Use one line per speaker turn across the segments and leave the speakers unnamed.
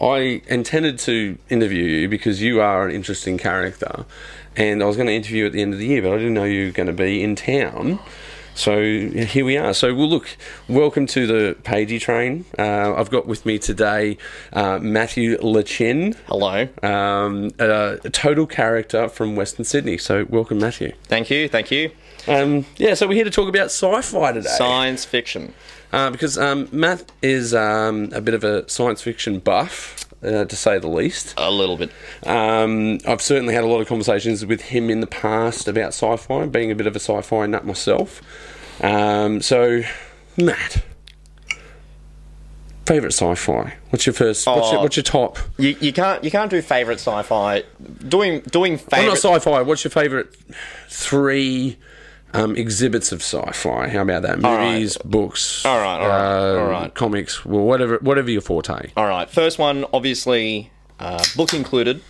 I intended to interview you because you are an interesting character, and I was going to interview you at the end of the year, but I didn't know you were going to be in town. So here we are. So well, look, welcome to the Pagey train. Uh, I've got with me today uh, Matthew Lechen,
Hello.
um, a, a total character from Western Sydney. So welcome, Matthew.
Thank you. Thank you.
Um, yeah, so we're here to talk about sci-fi today.
Science fiction.
Uh, because um, Matt is um, a bit of a science fiction buff, uh, to say the least.
A little bit.
Um, I've certainly had a lot of conversations with him in the past about sci fi, being a bit of a sci fi nut myself. Um, so, Matt, favourite sci fi? What's your first? What's, your,
Oh.
what's your top?
You, you can't you can't do favorite sci-fi. Doing doing
Oh, not
favorite.
sci fi. What's your favourite three um, exhibits of sci fi? How about that?
right.
Movies, books,
All right, all right, all
um,
right. Oh,
comics, well, whatever, whatever your forte.
All right. First one, obviously, uh, book included,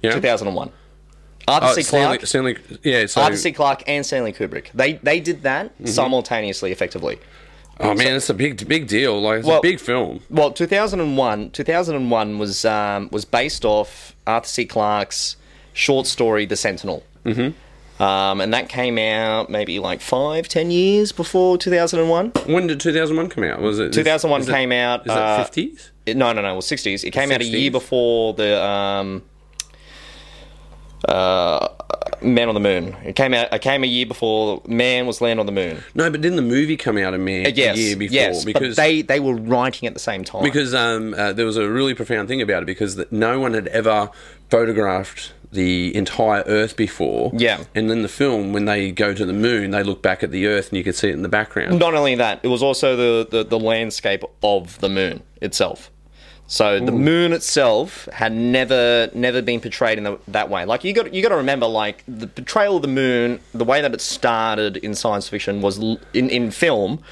Yeah. Oh,
2001. Arthur C.
Stanley,
Clarke.
Stanley, yeah. So,
Arthur C. Clarke and Stanley Kubrick. They they did that
Mm-hmm.
simultaneously, effectively.
oh man, it's a big, big deal. Like, it's a
Well-
big film.
Well, 2001, 2001 was um, was based off Arthur C. Clarke's short story The Sentinel. Mm-hmm. Um, and that came out maybe like five, ten years before 2001.
When did 2001 come out? Was it
2001
is it-
came out.
Is
uh,
that 50s?
it- no, no, no. It was 60s. It came out a
60s?
year before the um, uh, Man on the Moon. It came out. It came a year before Man was Land on the Moon.
No, but didn't the movie come out a, mere,
Yes,
a year before?
yes.
because
but they they were writing at the same time.
because um, uh, there was a really profound thing about it because that no one had ever photographed the entire Earth before.
Yeah.
And then the film, when they go to the moon, they look back at the Earth and you can see it in the background.
not only that, it was also the, the, the landscape of the moon itself. So the moon itself had never never been portrayed in the, that way. Like you got you got to remember, like the portrayal of the moon, the way that it started in science fiction was l- in in film,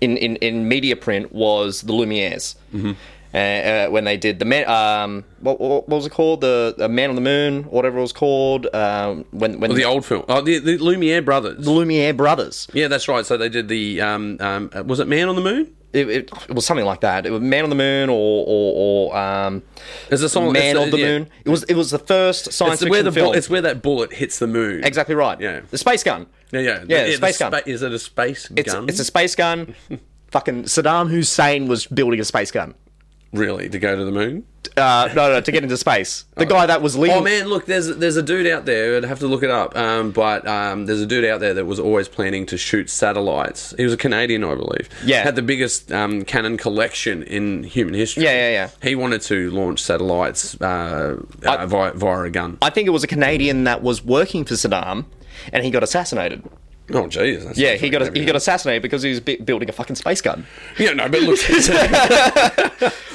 in in, in media print was the Lumieres. Mm-hmm. Uh, uh, when they did the man, um, what, what what was it called? The, the Man on the Moon, whatever it was called. Um, when when
The old film. Oh, the, the Lumiere brothers.
the Lumiere brothers.
Yeah, that's right. So they did the um, um, uh, was it Man on the Moon?
it, it, it was something like that. It was Man on the Moon or or, or um,
There's a song-
Man
it's a-
on the
yeah.
Moon. It was it was the first science
It's where
fiction
the
film.
bu- it's where that bullet hits the moon.
exactly right.
Yeah.
the space gun.
Yeah, yeah,
yeah.
the
the space gun.
spa- is it a space
It's,
gun?
it's a space gun. Fucking Saddam Hussein was building a space gun.
really to go to the moon.
Uh, no, no, to get into space. The guy that was leading.
Oh man, look, there's there's a dude out there. I'd have to look it up. Um, but um, there's a dude out there that was always planning to shoot satellites. He was a Canadian, I believe.
Yeah.
had the biggest um, cannon collection in human history.
Yeah, yeah, yeah.
He wanted to launch satellites uh, uh, via, via a gun.
I think it was a Canadian that was working for Saddam, and he got assassinated.
oh, jeez. that's
Yeah, he got
everything.
he got assassinated because he was bu- building a fucking space gun.
Yeah, no, but look, did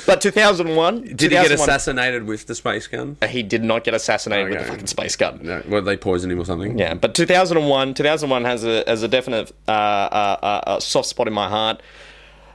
But 2001, did
he get assassinated with the space gun?
He did not get assassinated with
Okay.
a fucking space gun.
No, well, they poisoned him or something.
Yeah, but 2001, 2001 has a has a definite uh, uh, uh, uh, soft spot in my heart.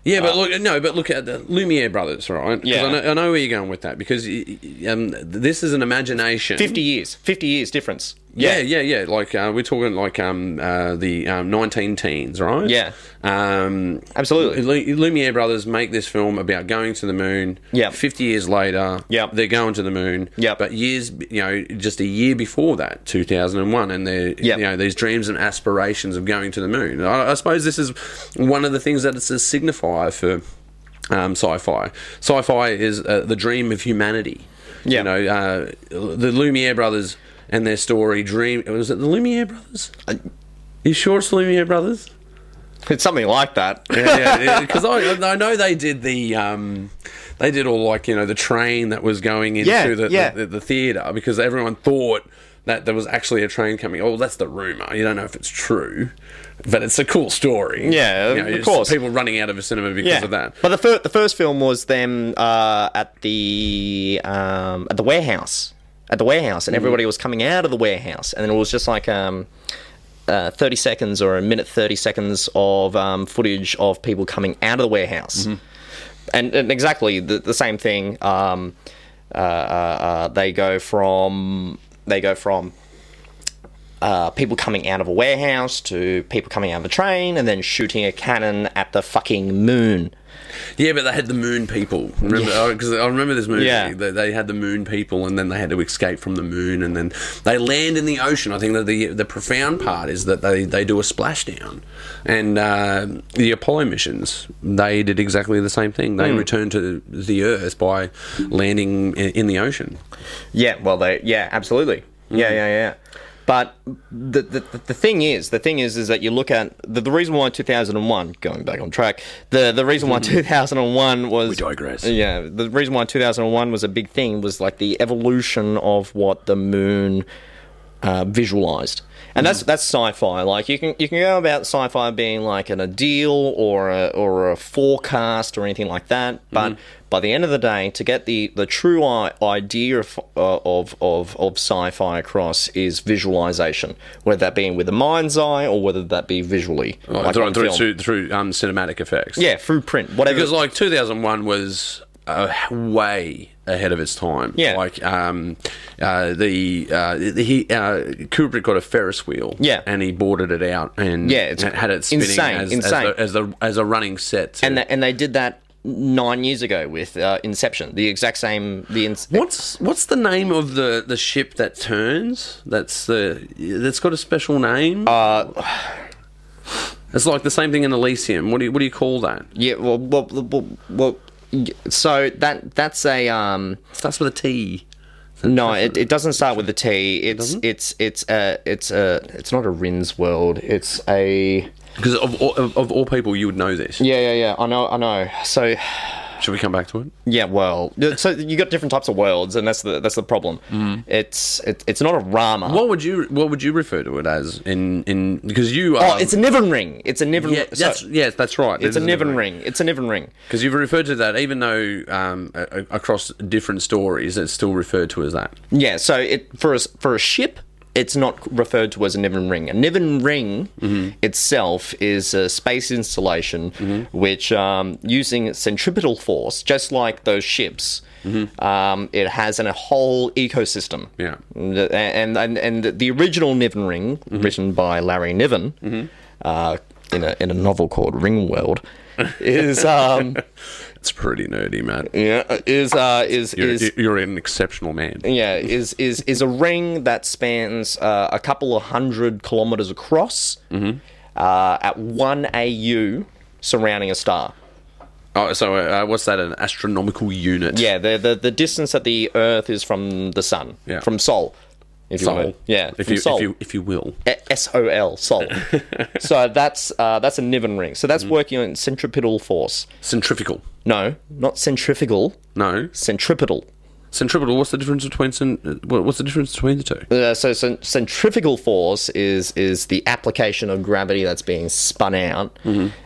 Yeah, but look, no, but look at the Lumiere brothers, right? 'Cause
Yeah.
I know, I know where you're going with that because y- y- um, this is an imagination.
50 years, 50 years difference.
Yeah, yeah, yeah. Like uh, we're talking like um, uh, the um, 19 teens, right?
Yeah.
Um,
Absolutely.
Lu- Lumiere brothers make this film about going to the moon.
Yeah.
50 years later.
Yeah.
They're going to the moon.
Yeah.
But years, you know, just a year before that, 2001, and they're,
Yeah.
you know, these dreams and aspirations of going to the moon. I, I suppose this is one of the things that it's a signifier for um, sci-fi. Sci-fi is uh, the dream of humanity.
Yeah.
You know, uh, the Lumiere brothers and their story dream. Was it the Lumiere brothers? you sure it's the Lumiere brothers?
It's something like that.
yeah, because I, I know they did the um, they did all like you know the train that was going into
Yeah,
the,
yeah.
the, the theater because everyone thought that there was actually a train coming. Oh, that's the rumor. You don't know if it's true, but it's a cool story.
Yeah, of
it's
course.
People running out of a cinema because of that.
But the first the first film was them uh, at the um, at the warehouse at the warehouse,
Mm.
and everybody was coming out of the warehouse, and then it was just like. Um, uh, 30 seconds or a minute 30 seconds of um, footage of people coming out of the warehouse
Mm-hmm.
and, and exactly the, the same thing um, uh, uh, uh, they go from they go from uh, people coming out of a warehouse to people coming out of a train and then shooting a cannon at the fucking moon.
Yeah, but they had the moon people. Remember? Because I remember this movie.
Yeah.
They, they had the moon people, and then they had to escape from the moon, and then they land in the ocean. I think that the the profound part is that they, they do a splashdown, and uh, the Apollo missions they did exactly the same thing.
Hmm.
They returned to the Earth by landing i- in the ocean.
Yeah, well, they yeah, absolutely. Yeah, yeah, yeah. But the, the the thing is, the thing is, is that you look at the, the reason why 2001, going back on track, the the reason why 2001 was we
digress.
Yeah, the reason why 2001 was a big thing was like the evolution of what the moon uh, visualized. And
Mm.
that's that's sci-fi. Like you can you can go about sci-fi being like an ideal or a, or a forecast or anything like that.
Mm-hmm.
But by the end of the day, to get the, the true I- idea of, uh, of of of sci-fi across is visualization, whether that being with the mind's eye or whether that be visually, like
through
on
through,
film.
through, through um, cinematic effects.
yeah, through print, whatever.
because like 2001 was uh, way ahead of its time.
Yeah.
like um, uh, the uh, he uh, Kubrick got a Ferris wheel.
Yeah.
and he boarded it out and
Yeah, it's
had it spinning
insane,
as,
insane.
As, the, as, the, as a running set. to-
and they, and they did that nine years ago with uh, Inception, the exact same. The in-
what's what's the name of the, the ship that turns? That's the that's got a special name. Uh, it's like the same thing in Elysium. What do you, what do you call that?
Yeah, well, well, well, well y- so that that's a um
Starts with a T.
no, it, it doesn't start with a T. It's it's it's a it's a it's not a Rin's world. It's a
Because of, all- of, of all people, you would know this.
yeah yeah yeah. I know I know. So
Should we come back to it?
yeah, well, so you got different types of worlds, and that's the that's the problem. It's it, it's not a Rama.
What would you What would you refer to it as in in because you are
Oh, it's a Niven ring. It's a Niven.
yeah
so-
that's yes that's right
it's a Niven ring. It's a Niven ring.
because you've referred to that even though um, a- a- across different stories it's still referred to as that
Yeah, so it for a, s- for a ship, it's not referred to as a Niven ring. A Niven ring
Mm-hmm.
itself is a space installation which, um, using centripetal force, just like those ships, um, it has an, a whole ecosystem.
Mm-hmm. Yeah.
The- and and and the original Niven ring,
Mm-hmm.
written by Larry Niven, uh, in a in a novel called Ringworld, is um
it's pretty nerdy man
yeah is uh is
you're,
is
you're an exceptional man
yeah, is is is a ring that spans uh, a couple of hundred kilometers across,
Mm-hmm.
uh, at one AU surrounding a star.
oh so uh, what's that an astronomical unit
Yeah, the the, the distance that the Earth is from the Sun,
Yeah.
from Sol. If you
Sol.
wanna- yeah,
if
from
you
Sol. Eh,
if you if you will
S O L Sol. so that's uh, that's a Niven ring. So
Mm-hmm.
that's working on centripetal force.
centrifugal
No, not centrifugal,
no
centripetal.
centripetal what's the difference between cent- uh, what- what's the difference between the two
Uh, so, cen- centrifugal force is is the application of gravity that's being spun out,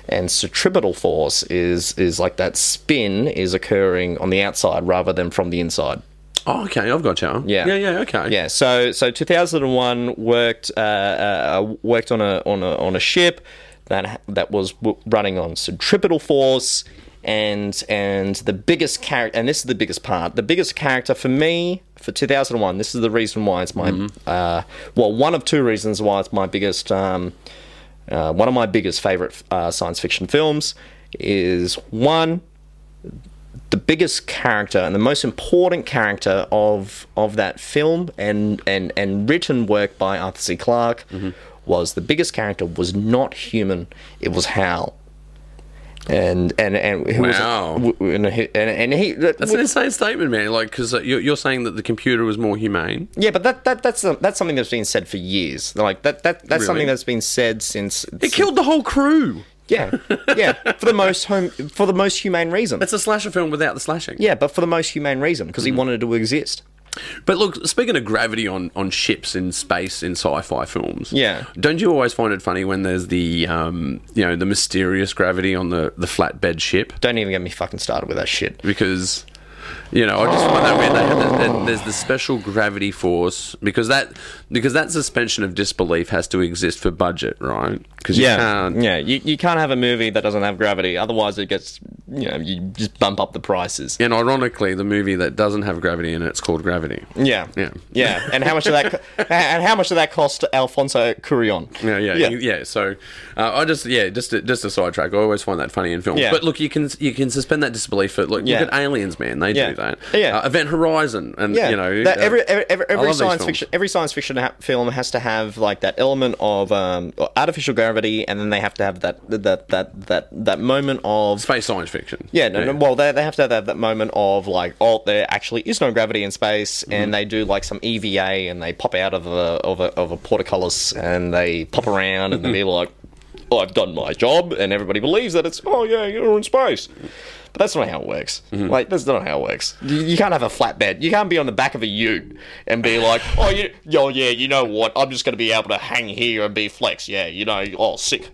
and centripetal force is is like that spin is occurring on the outside rather than from the inside.
oh okay I've got you
Yeah.
yeah yeah okay
Yeah. So so 2001 worked uh, uh, worked on a on a on a ship that that was w- running on centripetal force. And and the biggest character, and this is the biggest part. The biggest character for me for 2001. This is the reason why it's my
Mm-hmm.
uh, well, one of two reasons why it's my biggest um, uh, one of my biggest favorite uh, science fiction films is one the biggest character and the most important character of of that film and and and written work by Arthur C. Clarke
Mm-hmm.
was the biggest character was not human. It was Hal. And and and who
Wow.
was w- and he, and, and he
That's an insane statement, man. Like, because you're, you're saying that the computer was more humane.
yeah, but that, that that's um, that's something that's been said for years. Like that that that's something that's been said since
It killed the whole crew.
Yeah, yeah. For the most home, for the most humane reason.
It's a slasher film without the slashing.
yeah, but for the most humane reason, because
Mm-hmm.
he wanted to exist.
But look, speaking of gravity on, on ships in space in sci-fi films,
Yeah.
don't you always find it funny when there's the um, you know the mysterious gravity on the the flatbed ship
Don't even get me fucking started with that shit.
because You know, I just find that weird. They have the, that there's the special gravity force because that because that suspension of disbelief has to exist for budget, right? Because you
yeah,
can't.
yeah. You, you can't have a movie that doesn't have gravity. Otherwise, it gets you know you just bump up the prices.
And ironically, the movie that doesn't have gravity in it's called Gravity.
Yeah,
Yeah.
yeah. And how much of that? co- and how much of that cost Alfonso Curion?
Yeah, yeah,
Yeah.
yeah. So, uh, I just yeah, just a, just a sidetrack. I always find that funny in films.
Yeah.
But look, you can you can suspend that disbelief. For, look,
Yeah.
look at Aliens, man. They
Yeah.
do that.
Yeah.
Uh, Event Horizon, and
Yeah,
you know,
that
uh,
every every, every, every
love these
science
films.
fiction every science fiction ha- film has to have like that element of um, artificial gravity, and then they have to have that that that that that moment of
space science fiction.
yeah, no, no, well they, they have to have that, that moment of like oh there actually is no gravity in space, and they do like some EVA and they pop out of a of a of a portcullis and they pop around and the people are like oh, I've done my job, and everybody believes that it's oh yeah you're in space. But that's not how it works. Like that's not how it works. You, you can't have a flat bed. You can't be on the back of a U and be like, oh, you, yo, yeah, you know what? I'm just gonna be able to hang here and be flex. Yeah, you know, oh, sick.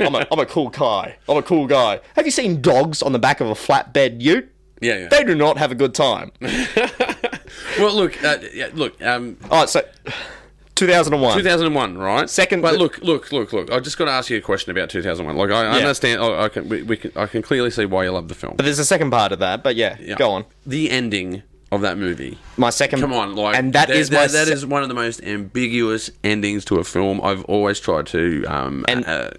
I'm a, I'm a cool guy. I'm a cool guy. Have you seen dogs on the back of a flatbed Ute?
Yeah, yeah.
They do not have a good time.
Well, look, uh, yeah, look. Um,
Oh, so 2001.
2001, right?
Second-
But look, look, look, look. I just got to ask you a question about 2001. Like, I, I
Yeah.
understand. Oh, I can, we, we can, I can clearly see why you love the film.
but there's a second part of that. But yeah,
Yeah.
go on.
The ending of that movie.
My second.
Come on, like,
and that
that
is my
that, that
se-
is one of the most ambiguous endings to a film. I've always tried to um,
And-
uh,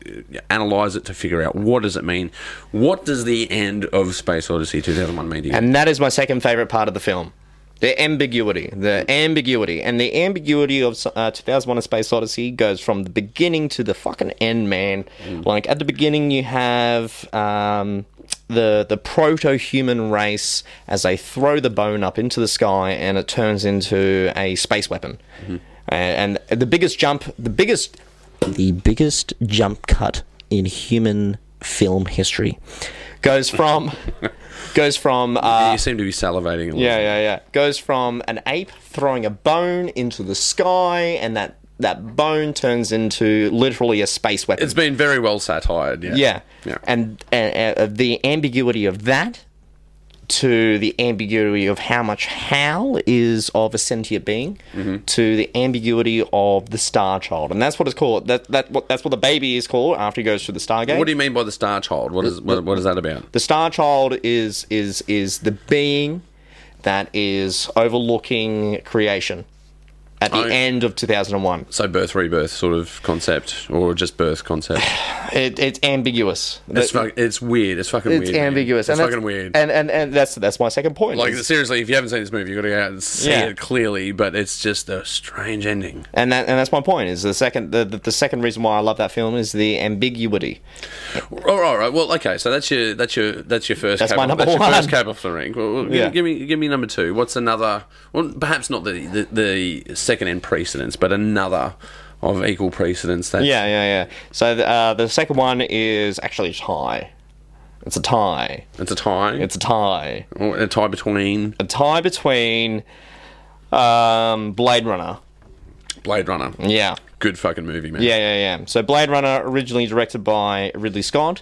analyze it to figure out what does it mean. What does the end of Space Odyssey 2001 mean to you?
And that is my second favorite part of the film. The ambiguity, the ambiguity, and the ambiguity of uh, 2001: A Space Odyssey goes from the beginning to the fucking end, man. Like at the beginning, you have um, the the proto-human race as they throw the bone up into the sky, and it turns into a space weapon. A- And, and the biggest jump, the biggest, the biggest jump cut in human film history, goes from goes from uh,
you seem to be salivating. A little.
yeah, yeah, yeah. Goes from an ape throwing a bone into the sky, and that that bone turns into literally a space weapon.
it's been very well satired. Yeah,
yeah.
yeah.
and and, uh, the ambiguity of that to the ambiguity of how much Hal is of a sentient being,
Mm-hmm.
to the ambiguity of the Star Child, and that's what it's called. That that what, that's what the baby is called after he goes through the Stargate.
What do you mean by the Star Child? What is what, what is that about?
The Star Child is is is the being that is overlooking creation at the
Oh.
end of 2001.
So birth rebirth sort of concept, or just birth concept.
It, it's ambiguous.
It's
The-
fuck, it's weird. It's fucking
it's
weird. man.
ambiguous.
It's
and
fucking weird.
And, and and that's that's my second point.
like
is-
seriously, if you haven't seen this movie, you got to go out and see
Yeah.
it clearly. But it's just a strange ending.
and that and that's my point. Is the second the, the, the second reason why I love that film is the ambiguity.
All right, all right. Well, okay. So that's your that's your that's your first.
That's
cab
my
off-
number
that's
one.
Your first cab off the rank. Well, well, give,
Yeah.
give me give me number two. What's another? Well, perhaps not the the, the second in precedence, but another of equal precedence. That
Yeah, yeah, yeah. So the, uh, the second one is actually a tie. It's a tie.
it's a tie.
It's a tie.
Or a tie between
A tie between um, Blade Runner.
Blade Runner.
Yeah.
Good fucking movie, man.
Mm. Yeah, yeah, yeah. So Blade Runner, originally directed by Ridley Scott.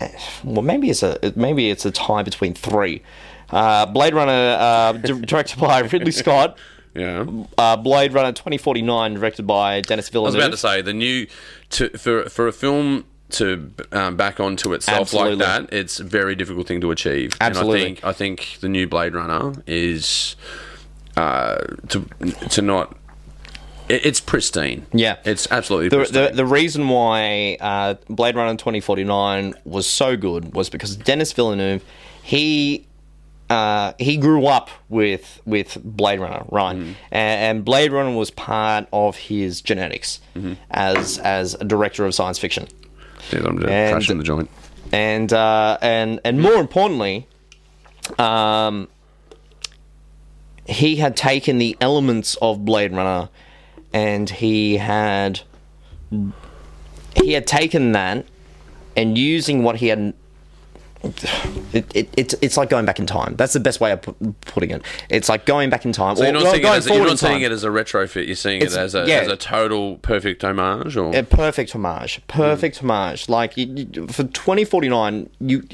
Eh, Well, maybe it's a it- maybe it's a tie between three. Uh, Blade Runner, uh, di- directed by Ridley Scott.
Yeah.
Uh, Blade Runner 2049, directed by Dennis
I was about to
Villeneuve.
say the new to for for a film to um, back onto itself
Absolutely.
like that, it's a very difficult thing to achieve.
Absolutely.
and I think I think the new Blade Runner is uh, to to not. It, it's pristine.
Yeah.
it's absolutely
The,
pristine.
the, the reason why uh, Blade Runner 2049 was so good was because Dennis Villeneuve, he uh, he grew up with with Blade Runner, right?
Mm-hmm.
And, and Blade Runner was part of his genetics
Mm-hmm.
as as a director of science fiction,
Dude, I'm just
and-
crashing the joint.
and uh, and and more importantly, um, he had taken the elements of Blade Runner, and he had he had taken that and using what he had. It, it, it's it's like going back in time. That's the best way of pu- putting it. It's like going back in time.
So
or,
you're not,
well,
seeing, it
going
as, a- you're
forward in
not seeing
time.
it as a retrofit. You're seeing
It's-
it as a
yeah.
as a total perfect homage, or
a perfect homage, perfect homage. Like you, you- for 2049, you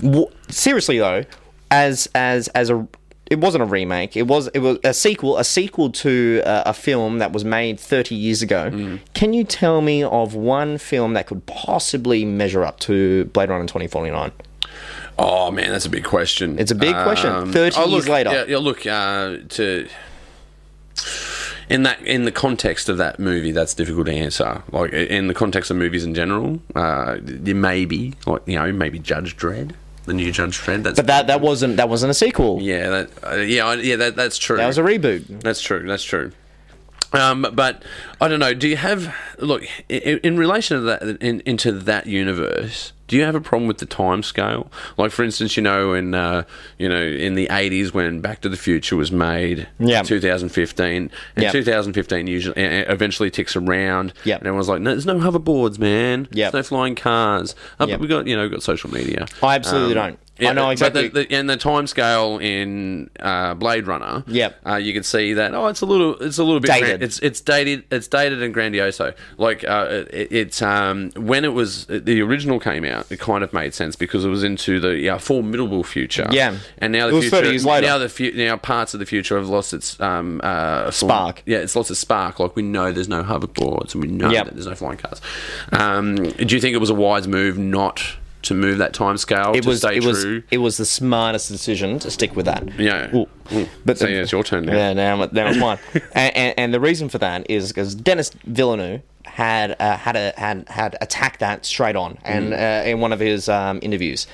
w- seriously though, as as as a it wasn't a remake. It was it was a sequel, a sequel to uh, a film that was made 30 years ago. Can you tell me of one film that could possibly measure up to Blade Runner 2049?
Oh man, that's a big question.
It's a big question. 30
oh, look,
years later.
Yeah, yeah, look uh, to in that in the context of that movie, that's difficult to answer. Like i- in the context of movies in general, uh, y- maybe like you know maybe Judge Dredd, the new Judge Dredd. That's
But that that wasn't that wasn't a sequel.
yeah, that uh, yeah I- yeah that, that's true.
That was a reboot.
That's true. That's true. Um, but I don't know. Do you have look in, in relation to that in, into that universe? Do you have a problem with the time scale? Like, for instance, you know, in uh, you know, in the eighties when Back to the Future was made,
Yeah.
2015, and
Yeah.
2015 usually e- eventually ticks around,
Yeah.
and everyone's like, no, there's no hoverboards, man,
Yeah.
there's no flying cars. Oh,
Yeah.
But we got you know, we got social media. Um,
I absolutely don't. I know
but
exactly-
the- the- and the time scale in uh, Blade Runner,
Yep.
uh, you can see that. Oh, it's a little, it's a little bit
Dated.
it's it's dated. It's dated and grandioso. Like uh, it, it's um, when it was the original came out, it kind of made sense because it was into the uh, formidable future.
Yeah.
and now the
It was
future,
30 years later.
now the fu- now parts of the future have lost its um, uh, form-
Spark.
yeah, it's lost its spark. Like we know there's no hoverboards and we know
Yep.
that there's no flying cars. Um, do you think it was a wise move not? To move that time scale
It
to
was
stay
it was
true.
it was the smartest decision to stick with that.
Yeah.
Ooh. But
so
the-
yeah, it's your turn now.
Yeah, now, now it's mine. and, and, and the reason for that is because Dennis Villeneuve had uh, had a, had had attacked that straight on, and
Mm.
uh, in one of his um, interviews,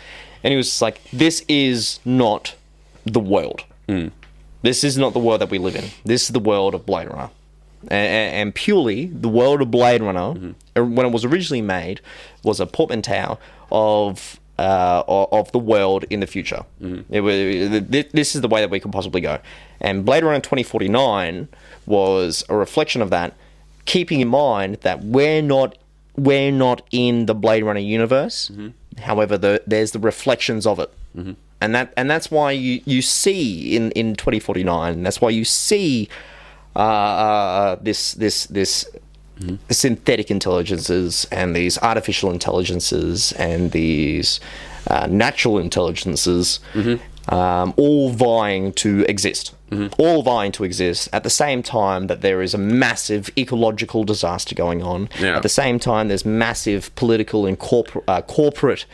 and he was just like, "This is not the world. This is not the world that we live in. This is the world of Blade Runner." And, and, and purely the world of Blade Runner, uh, when it was originally made, was a portmanteau of uh, o- of the world in the future. It wa- th- th- this is the way that we could possibly go. And Blade Runner 2049 was a reflection of that, keeping in mind that we're not we're not in the Blade Runner universe. However, the, there's the reflections of it. And that and that's why you, you see in, in 2049. That's why you see uh, uh, this this this synthetic intelligences and these artificial intelligences and these uh, natural intelligences um, all vying to exist. All vying to exist at the same time that there is a massive ecological disaster going on.
Yeah.
At the same time, there's massive political and corpor- uh, corporate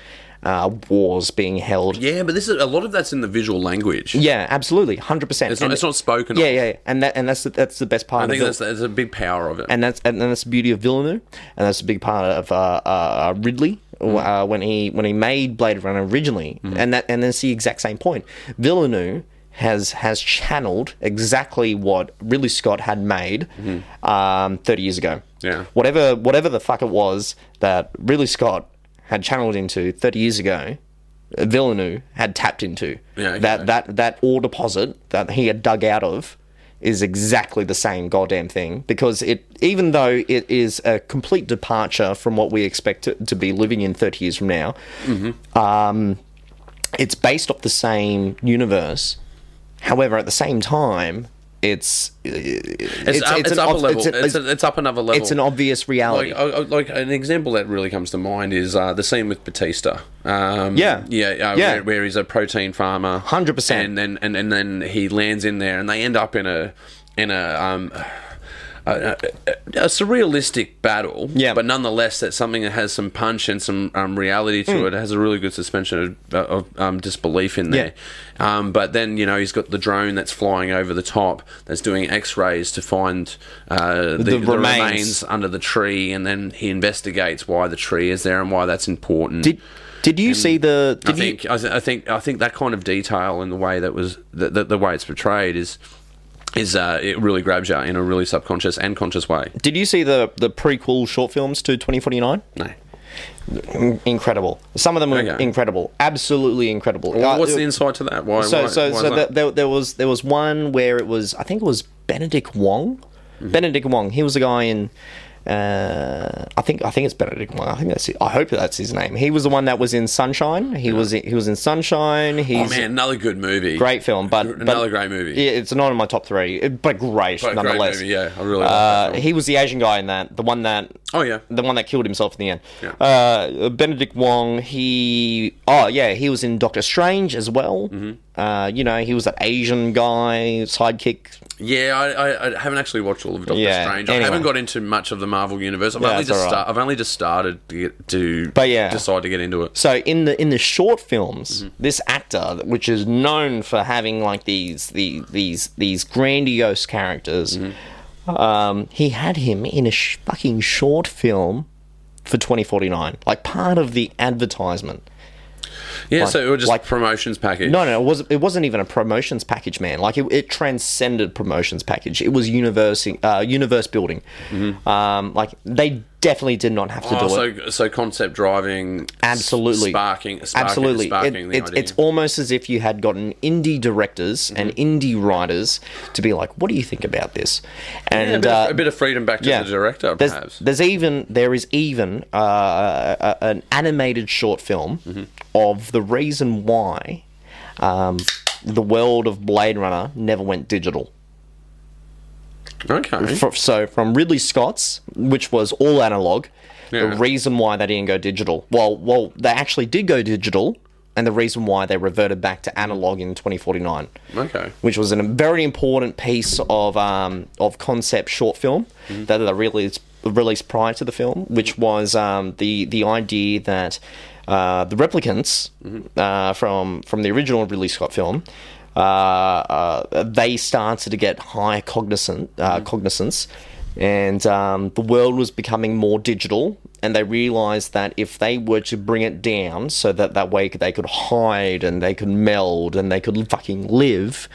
uh, wars being held.
Yeah, but this is a lot of that's in the visual language.
Yeah, absolutely, hundred percent.
It's not- it's not spoken
Yeah,
of.
yeah, yeah. and that and that's the, that's the best part.
I
of
think
Vil-
that's, that's a big power of it.
and that's and that's the beauty of Villeneuve, and that's a big part of uh, uh, Ridley uh, when he when he made Blade Runner originally, and that and that's the exact same point. Villeneuve has has channeled exactly what Ridley Scott had made um, thirty years ago.
Yeah.
whatever whatever the fuck it was that Ridley Scott had channeled into thirty years ago. Villeneuve had tapped into
Yeah, okay.
that that that ore deposit that he had dug out of is exactly the same goddamn thing because it even though it is a complete departure from what we expect to, to be living in 30 years from now
Mm-hmm.
um, it's based off the same universe however at the same time it's it's,
up- it's
an
up a
ob-
level.
it's, an-
It's a- it's up another level.
it's an obvious reality
like, uh, I- I- like an example that really comes to mind is uh, the scene with Batista. Um,
Yeah.
yeah, uh,
Yeah.
Where, where he's a protein farmer,
100%.
and then and, and then he lands in there, and they end up in a in a. Um, a, a, a surrealistic battle,
Yeah.
but nonetheless, that's something that has some punch and some um, reality
Hmm.
to it. It has a really good suspension of, of um, disbelief in there. Um, but then you know he's got the drone that's flying over the top, that's doing X-rays to find uh, the, the
remains.
remains under the tree, and then he investigates why the tree is there and why that's important.
did did you see the
I
did you
think I, th- I think I think that kind of detail and the way that was the, the, the way it's portrayed is is uh, it really grabs you in a really subconscious and conscious way.
did you see the the prequel short films to 2049
No.
incredible. Some of them were
Okay.
incredible, absolutely incredible.
Well,
Uh,
what's the insight to that? Why?
so
why,
so
why
so
is that?
the, there, there was there was one where it was I think it was Benedict Wong,
Mm-hmm.
Benedict Wong. He was the guy in. Uh, I think I think it's Benedict Wong. I think that's it. I hope that's his name. He was the one that was in Sunshine. He was in, he was in Sunshine.
oh
He's
man, another good movie.
great film, but but-
Another great movie.
Yeah, it's not in my top three, but great
But a great
nonetheless.
movie, yeah, I really like that
Uh,
film.
he was the Asian guy in that, the one that
Oh yeah.
the one that killed himself in the end.
Yeah.
Uh, Benedict Wong, he oh yeah, he was in Doctor Strange as well. Uh, you know, he was that Asian guy sidekick.
Yeah, I, I, I haven't actually watched all of Doctor
Yeah,
Strange. I
anyway.
haven't got into much of the Marvel universe. I've only
that's
just
all right.
start, I've only just started to, get, to
But yeah.
decide to get into it.
So in the in the short films, this actor, which is known for having like these the these these grandiose characters, um, he had him in a sh- fucking short film for 2049, like part of the advertisement.
Yeah, so it was just
like-
promotions package.
No, no, it wasn't. It wasn't even a promotions package, man. Like it, it transcended promotions package. It was universe, uh, universe building. Um, like they definitely did not have to
Mm-hmm. Oh,
do it.
so, so concept driving, s-
Absolutely,
sparking, sparking
absolutely.
sparking
It-
the
it's,
idea.
it's almost as if you had gotten indie directors and
Mm-hmm.
indie writers to be like, "What do you think about this?" And
Yeah, a, bit
uh,
of, a bit of freedom back to
yeah.
the director,
There's-
perhaps.
There's, even there is even uh, a, a- an animated short film
Mm-hmm.
of the reason why um, the world of Blade Runner never went digital.
okay.
Fr so from Ridley Scott's, which was all analog,
Yeah.
the reason why they didn't go digital. Well, well, they actually did go digital, and the reason why they reverted back to analog in 2049
okay.
which was an- a very important piece of um, of concept short film that they released released prior to the film, which was um, the the idea that uh, the replicants uh, from from the original Ridley Scott film. Uh, uh, they started to get high cognizant uh, cognizance, and um, the world was becoming more digital. And they realized that if they were to bring it down, so that that way they could hide and they could meld and they could fucking live,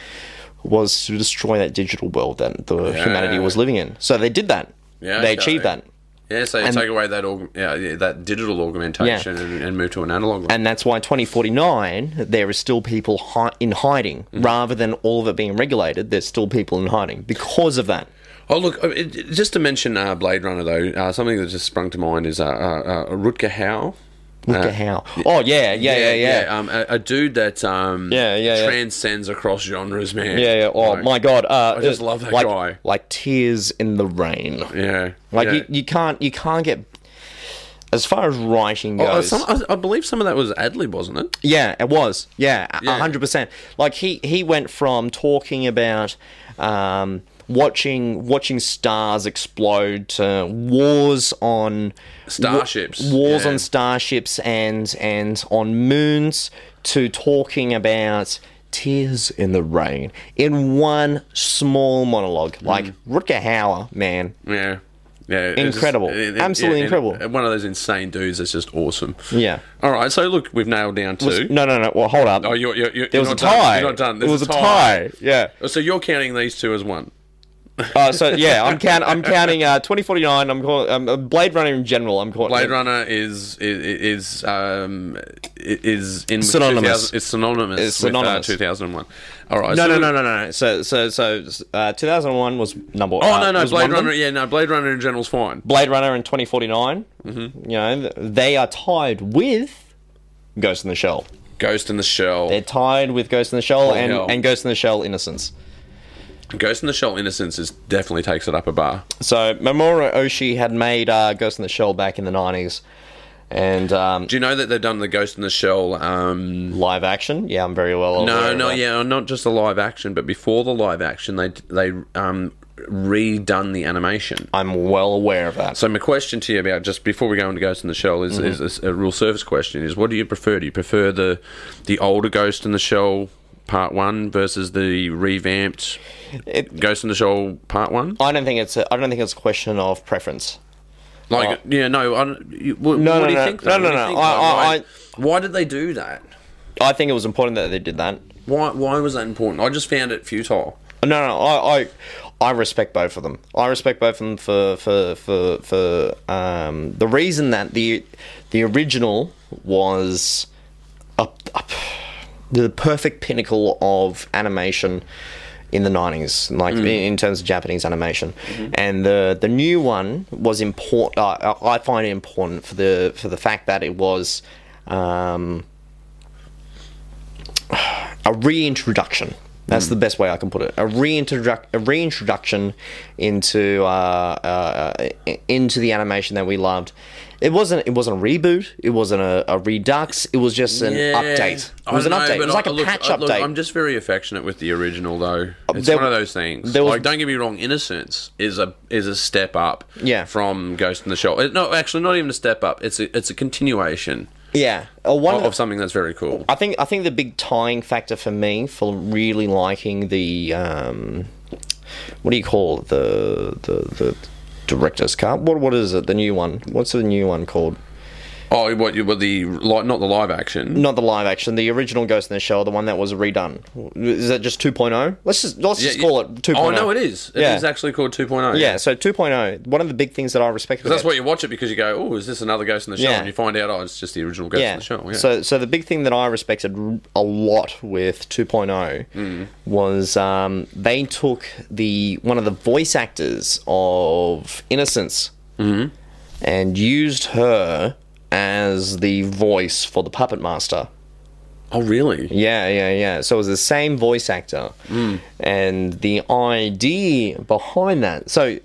was to destroy that digital world that the humanity was living in. So they did that.
Yeah,
they
okay.
achieved that.
Yeah, so you take away that aug- yeah, yeah, that digital augmentation and, and move to an analog one.
and that's why 2049 there is still people hi- in hiding rather than all of it being regulated there's still people in hiding because of that
Oh, look, uh, it, it- just to mention uh, Blade Runner, though, uh, something that just sprung to mind is uh, uh, uh, Rutger Hauer.
look at how oh yeah yeah yeah yeah yeah yeah,
Um, a, a dude that um,
Yeah, yeah, yeah.
transcends across genres, man.
yeah. oh
Like,
my god uh, i
just love that
like,
guy.
like tears in the rain
Yeah.
like
yeah.
You, you can't you can't get as far as writing
Oh,
goes
some, I, I believe some of that was ad lib, wasn't it?
Yeah, it was. Yeah, a-
Yeah.
a hundred percent. Like he he went from talking about um, watching watching stars explode to wars on
Starships,
wa- wars
yeah.
on starships, and and on moons to talking about tears in the rain in one small monologue.
Hmm.
Like Rutger Hauer, man.
Yeah. Yeah, it
Incredible.
just-
Absolutely
and-
incredible.
and One of those insane dudes that's just awesome.
Yeah.
All right, so look, we've nailed down two.
No, no, no. Well, hold up.
Oh, you're, you're, you're, you're
there was a
not done.
tie.
You're not done.
There
There's
was a tie. Yeah.
Oh, So you're counting these two as one.
Uh, so yeah, I'm count. I'm counting uh, 2049. I'm calling um, uh, Blade Runner in general. I'm calling
Blade Runner is is is um is in with
Synonymous.
2000 It's synonymous.
It's synonymous.
With, uh, 2001. All right.
No,
so
no,
we-
no, no, no. no. So so so uh, 2001 was number.
Oh
uh,
no, no.
was one
Blade
of them.
Runner. Yeah, no. Blade Runner in general's fine.
Blade Runner in 2049. Mm-hmm. You know, th- they are tied with Ghost in the Shell.
Ghost in the Shell.
They're tied with Ghost in the Shell and,
hell.
and Ghost in the Shell Innocence.
Ghost in the Shell Innocence is definitely takes it up a bar.
So Mamoru Oshii had made uh, Ghost in the Shell back in the 90s, and um,
Do you know that they've done the Ghost in the Shell? Um,
live action. Yeah, I'm very well. aware
no,
of
no,
that.
yeah, not just the live action, but before the live action, they they um redone the animation.
I'm well aware of that.
So my question to you about just before we go into Ghost in the Shell is,
Mm-hmm.
is a, a real service question: is what do you prefer? Do you prefer the the older Ghost in the Shell Part One versus the revamped
It-
Ghost in the Shell Part One?
I don't think it's a, I don't think it's a question of preference.
Like, yeah, no, I, don't- you, what,
No,
what
no,
do you
no.
think?
No,
though? What
no,
do you
no.
think, though?
I- I-
why,
I-
why did they do that?
I think it was important that they did that.
Why why was that important? I just found it futile.
No, no, I, I, I respect both of them. I respect both of them for for for for um, the reason that the the original was up, up the perfect pinnacle of animation in the nineties, like in terms of Japanese animation, and the the new one was important. Uh, I I find it important for the for the fact that it was. Um, a reintroduction That's the best way I can put it. A, reintroduc- a reintroduction into uh, uh, i- into the animation that we loved. It wasn't. It wasn't a reboot. It wasn't a, a redux. It was just an update. It
I
was an
know,
update. It
but
was like
I-
a
look,
patch
I-
update. Uh,
look, I'm just very affectionate with the original, though. It's
there-
one of those things.
there was-
like, don't get me wrong, Innocence is a is a step up.
Yeah.
From Ghost in the Shell. It- No, actually, not even a step up. It's a it's a continuation
yeah. Uh, one
of, of something that's very cool.
I think I think the big tying factor for me for really liking the um, what do you call it the the the director's cut? What what is it? The new one? What's the new one called?
Oh, what? you- What the li- not the live action?
Not the live action, the original Ghost in the Shell, the one that was redone. Is that just 2.0? Let's just let's just call it 2.0.
Oh no, it is. It is
Yeah.
actually called 2.0.
Yeah, so 2.0. One of the big things that I respect.
That's why you watch it because you go, oh, is this another Ghost in the Shell?
Yeah.
And you find out, oh, it's just the original Ghost in the Shell. Yeah.
So, so the big thing that I respected r- a lot with 2.0
Mm.
was um, they took the one of the voice actors of Innocence
Mm-hmm.
and used her as the voice for the puppet master.
oh, really?
Yeah, yeah, yeah. So it was the same voice actor,
Hmm.
and the idea behind that. So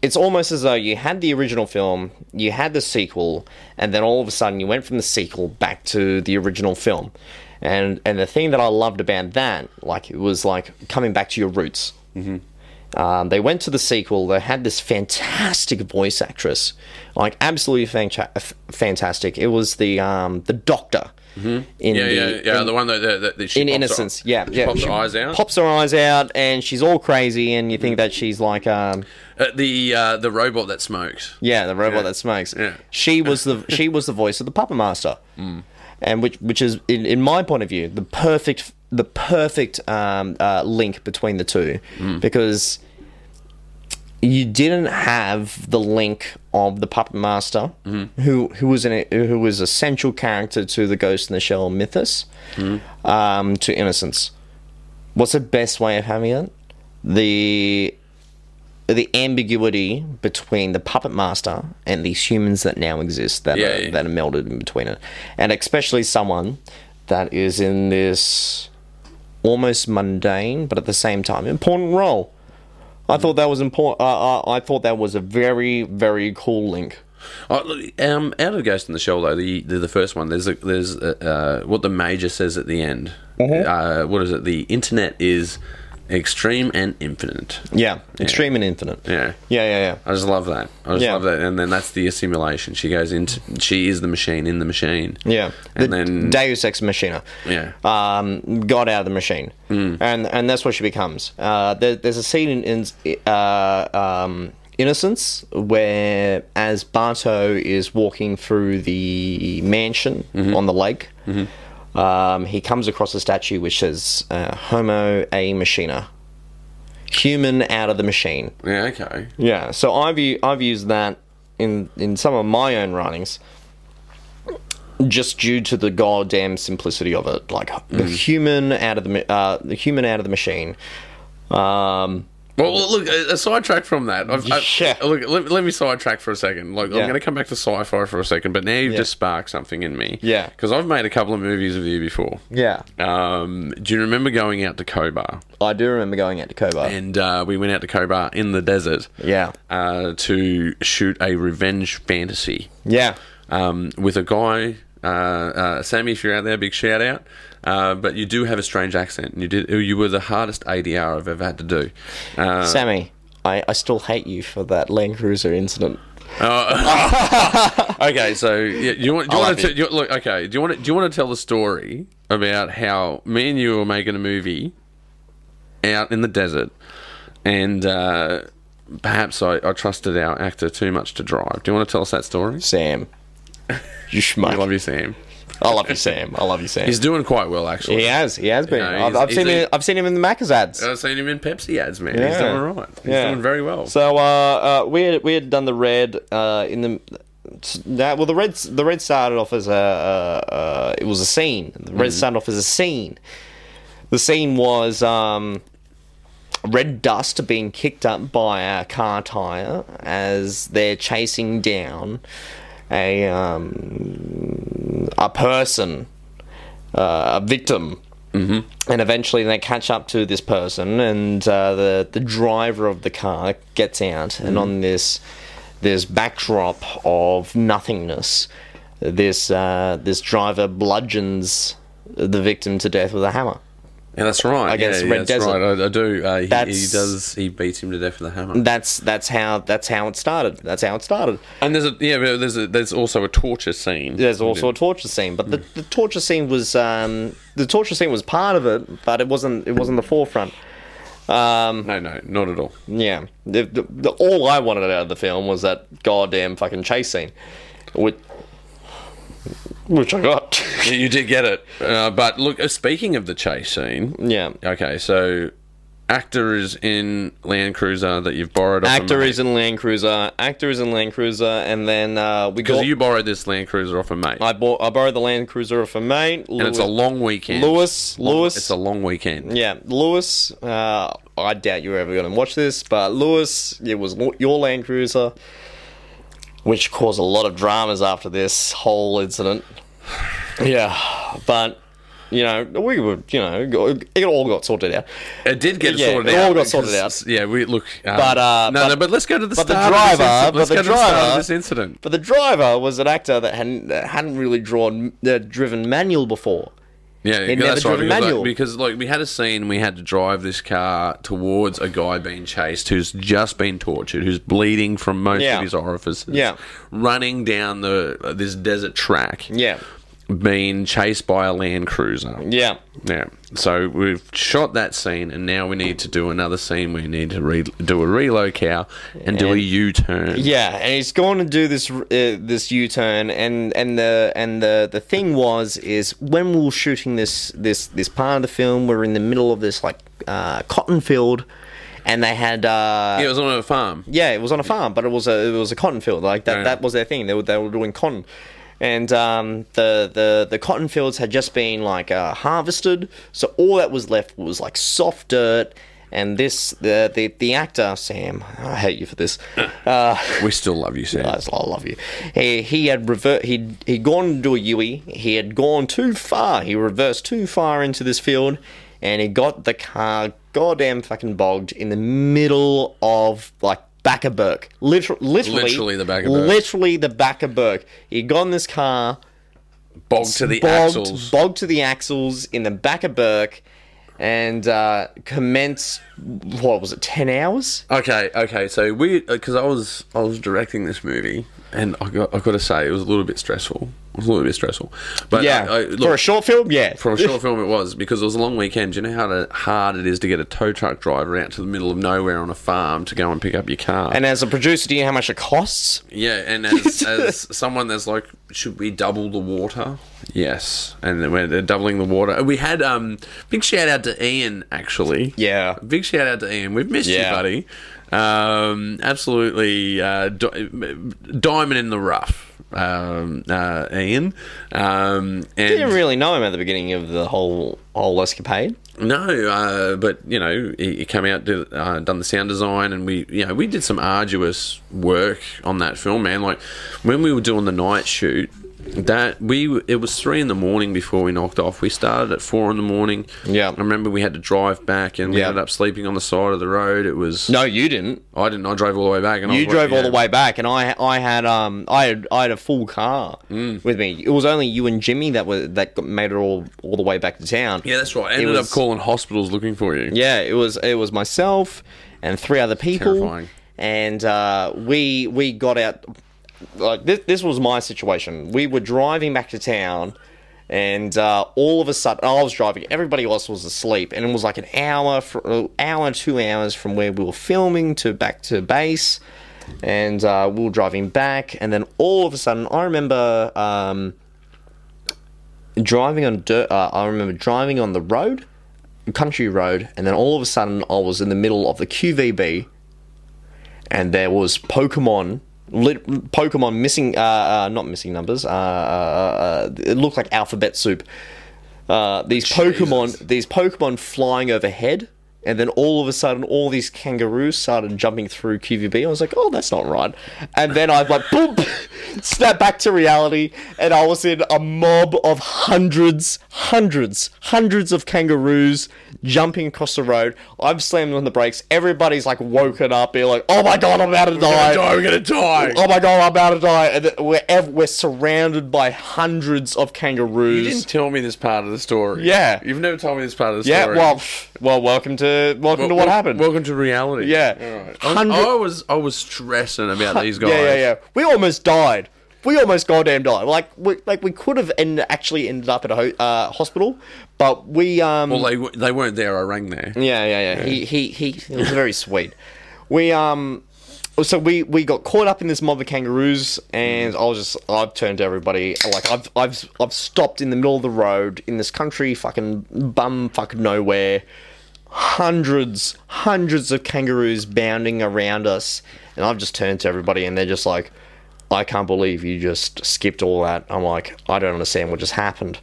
it's almost as though you had the original film, you had the sequel, and then all of a sudden you went from the sequel back to the original film. And and the thing that I loved about that, like it was like coming back to your roots.
Mm-hmm.
Um, they went to the sequel. They had this fantastic voice actress, like absolutely fanta- f- fantastic. It was the um, the doctor in
Mm-hmm. Yeah,
the
yeah, yeah.
in-
the one that, that, that she
in
pops her-
Innocence, yeah,
she
yeah.
pops
She
her eyes out.
pops her eyes out, and she's all crazy, and you think that she's like, um,
Uh, the uh, the robot that smokes.
yeah, the robot that smokes.
Yeah.
She was the she was the voice of the puppet master, and which which is in, in my point of view the perfect the perfect um, uh, link between the two because you didn't have the link of the puppet master who who was an who was a central character to the Ghost in the Shell mythos um, to Innocence. What's the best way of having it? The the ambiguity between the puppet master and these humans that now exist that
Yeah,
are,
yeah.
that are melded in between it, and especially someone that is in this almost mundane but at the same time important role. I thought that was important. Uh, I, I thought that was a very very cool link.
Oh, look, um, out of Ghost in the Shell though, the the, the first one. There's a, there's uh, uh, what the major says at the end.
Uh-huh.
Uh, what is it? The internet is extreme and infinite.
Yeah, extreme and infinite.
Yeah.
yeah, yeah, yeah.
I just love that. I just
Yeah.
love that. And then that's the assimilation. She goes into. She is the machine in the machine.
Yeah,
And
the
then-
Deus Ex Machina.
Yeah. Mm.
um, got out of the machine, and and that's what she becomes. Uh, there, there's a scene in, in uh, um, Innocence where, as Barto is walking through the mansion
Mm-hmm.
on the lake, um, he comes across a statue which says uh, "Homo a Machina," human out of the machine.
Yeah. Okay.
Yeah, so I've u- I've used that in in some of my own writings, just due to the goddamn simplicity of it, like the human out of the ma- uh, the human out of the machine. Um,
Well, well, look, a, a sidetrack from that. I've, I,
Yeah.
Look, let, let me sidetrack for a second. Like, I'm going to come back to sci-fi for a second, but now you've just sparked something in me.
Yeah.
Because I've made a couple of movies with you before.
yeah,
Um, do you remember going out to Cobar?
I do remember going out to Cobar.
And uh, we went out to Cobar in the desert.
Yeah.
Uh, to shoot a revenge fantasy.
Yeah,
um, with a guy. Uh, uh, Sammy, if you're out there, big shout out. Uh, but you do have a strange accent, and you did. You were the hardest ADR I've ever had to do. Uh,
Sammy, I, I still hate you for that Land Cruiser incident.
okay, so yeah, you want, do you
I
want
love
to
you.
you, look? Okay, do you want to, do you want to tell the story about how me and you were making a movie out in the desert, and uh, perhaps I, I trusted our actor too much to drive? Do you want to tell us that story?
Sam, you
I
schmuck.
love you, Sam.
I love you, Sam. I love you, Sam.
He's doing quite well, actually.
he has, he has been.
know,
I've,
he's-
I've seen
he's a-
him. I've seen him in the Macca's ads.
I've seen him in Pepsi ads, man. He's
Yeah.
doing all right. He's
Yeah.
doing very well.
So uh, uh, we had, we had done the red uh, in the that well the red the red started off as a uh, uh, it was a scene. The
Mm-hmm.
red started off as a scene. The scene was um, red dust being kicked up by a car tire as they're chasing down a um, a person, uh, a victim And eventually they catch up to this person, and uh, the the driver of the car gets out, and on this this backdrop of nothingness, this uh, this driver bludgeons the victim to death with a hammer.
Yeah, that's right.
Against
yeah,
Red
yeah, that's
Desert.
right. I, I do. Uh, he, he
That's-
does. He beats him to death with a hammer.
That's that's how that's how it started. That's how it started.
And there's a yeah, but there's a, there's also a torture scene.
There's also a torture scene, but the, the torture scene was um, the torture scene was part of it, but it wasn't it wasn't the forefront. Um,
no, no, not at all.
yeah, the, the, the, all I wanted out of the film was that goddamn fucking chase scene, which which I got.
Yeah, you did get it. Uh, but look, uh, speaking of the chase scene,
yeah,
Okay, so actor is in Land Cruiser that you've borrowed. Off a
actor
mate.
is in Land Cruiser, actor is in Land Cruiser, and then uh, we got.
because you borrowed this Land Cruiser off a mate,
I bought I borrowed the Land Cruiser from mate.
and it's a long weekend.
Lewis,
Long-
Lewis.
it's a long weekend.
Yeah, Lewis. Uh, I doubt you're ever going to watch this, but Lewis, it was lo- your Land Cruiser, which caused a lot of dramas after this whole incident. Yeah, but you know, we were, you know, go- it all got sorted out.
It did get
Yeah,
sorted
it
out.
all got
because-
sorted out.
Yeah, we look. Um,
But, uh,
no,
but-
no. But let's go to the
but the
start. of this
driver-
inci- let's
but the
go to the start
driver-
of this incident.
But the driver was an actor that hadn't that hadn't really drawn uh, driven manual before.
Yeah,
never
that's right.
driven
Because like,
manual.
because like we had a scene, we had to drive this car towards a guy being chased who's just been tortured, who's bleeding from most
Yeah.
of his orifices.
Yeah.
running down the uh, this desert track.
Yeah,
being chased by a Land Cruiser.
yeah,
Yeah. So we've shot that scene, and now we need to do another scene. We need to re- do a reload cow and, do a U turn.
yeah. And he's going to do this uh, this U turn, and and the and the the thing was is when we were shooting this this this part of the film, we are in the middle of this like uh, cotton field, and they had uh,
It was on a farm.
Yeah, it was on a farm, but it was a it was a cotton field. Like that
Yeah.
that was their thing. They were they were doing cotton, and um, the the the cotton fields had just been like uh, harvested, so all that was left was like soft dirt. And this the the, the actor Sam, I hate you for this. Uh,
We still love you, Sam.
I just- I love you. He he had revert. He he'd gone to a Yui. He had gone too far. He reversed too far into this field, and he got the car goddamn fucking bogged in the middle of like back of Burke. Liter- literally,
Literally the back of Burke.
Literally the back of Burke. He got in this car
Bogged to the
bogged,
axles.
bogged to the axles in the back of Burke, and uh, commenced. What was it? Ten hours.
Okay, okay. So we, because I was, I was directing this movie, and I got, I got to say, it was a little bit stressful. It was a little bit stressful. But
Yeah,
I, I,
for
look,
a short film. Yeah,
for a short film, it was because it was a long weekend. Do you know how to- hard it is to get a tow truck driver out to the middle of nowhere on a farm to go and pick up your car?
And as a producer, do you know how much it costs?
Yeah, and as, as someone that's like, should we double the water? Yes, and then we're doubling the water. We had um big shout out to Ian actually.
Yeah.
big shout out to Ian. We've missed
Yeah.
you, buddy. Um, absolutely, uh, di- diamond in the rough, um, uh, Ian. Um, and
didn't really know him at the beginning of the whole whole escapade.
No, uh, but you know, he, he came out, did, uh, done the sound design, and we, you know, we did some arduous work on that film, man. Like when we were doing the night shoot, that we it was three in the morning before we knocked off. We started at four in the morning.
Yeah.
I remember we had to drive back, and we
Yeah.
ended up sleeping on the side of the road. It was
No, you didn't.
I didn't. I drove all the way back, and I
You
was-
drove all the
yeah.
way back, and I I had um I had I had a full car with me. It was only you and Jimmy that were that got, made it all all the way back to town.
Yeah, that's right. I ended up
was-
calling hospitals looking for you.
Yeah, it was it was myself and three other people,
Terrifying.
and uh, we we got out. Like this, this was my situation. We were driving back to town, and uh, all of a sudden, I was driving. Everybody else was asleep, and it was like an hour, for, hour, two hours from where we were filming to back to base, and uh, we were driving back, and then all of a sudden, I remember. Um, driving on dirt. Uh, I remember driving on the road, country road, and then all of a sudden I was in the middle of the QVB, and there was Pokemon. Lit, Pokemon missing, uh, uh, not missing numbers. Uh, uh, uh, it looked like alphabet soup. Uh, these Pokemon, these Pokemon flying overhead, And then all of a sudden, all these kangaroos started jumping through QVB. I was like, oh, that's not right. And then I've like, boom, snap back to reality. And I was in a mob of hundreds, hundreds, hundreds of kangaroos jumping across the road. I've slammed on the brakes. Everybody's like woken up, being like, oh my God, I'm about to die.
we're gonna die.
Oh my God, I'm about to die. And then we're, ev- we're surrounded by hundreds of kangaroos.
You didn't tell me this part of the story.
Yeah.
You've never told me this part of the
yeah,
story.
well, pff, well, welcome to welcome to what
Wel-
happened.
Welcome to reality.
Yeah.
All right. I,
Hundred-
I was I was stressing about these guys.
Yeah, yeah, yeah. We almost died. We almost goddamn died. Like, we, like we could have end, actually ended up at a ho- uh, hospital, but we. Um,
Well, they w- they weren't there. I rang there.
yeah, yeah, yeah. He, he, he, he was very sweet. We um, so we we got caught up in this mob of kangaroos, and I was just I've turned to everybody like I've I've I've stopped in the middle of the road in this country, fucking bum fucking nowhere. Hundreds, hundreds of kangaroos bounding around us, and I've just turned to everybody, and they're just like, "I can't believe you just skipped all that." I'm like, "I don't understand what just happened."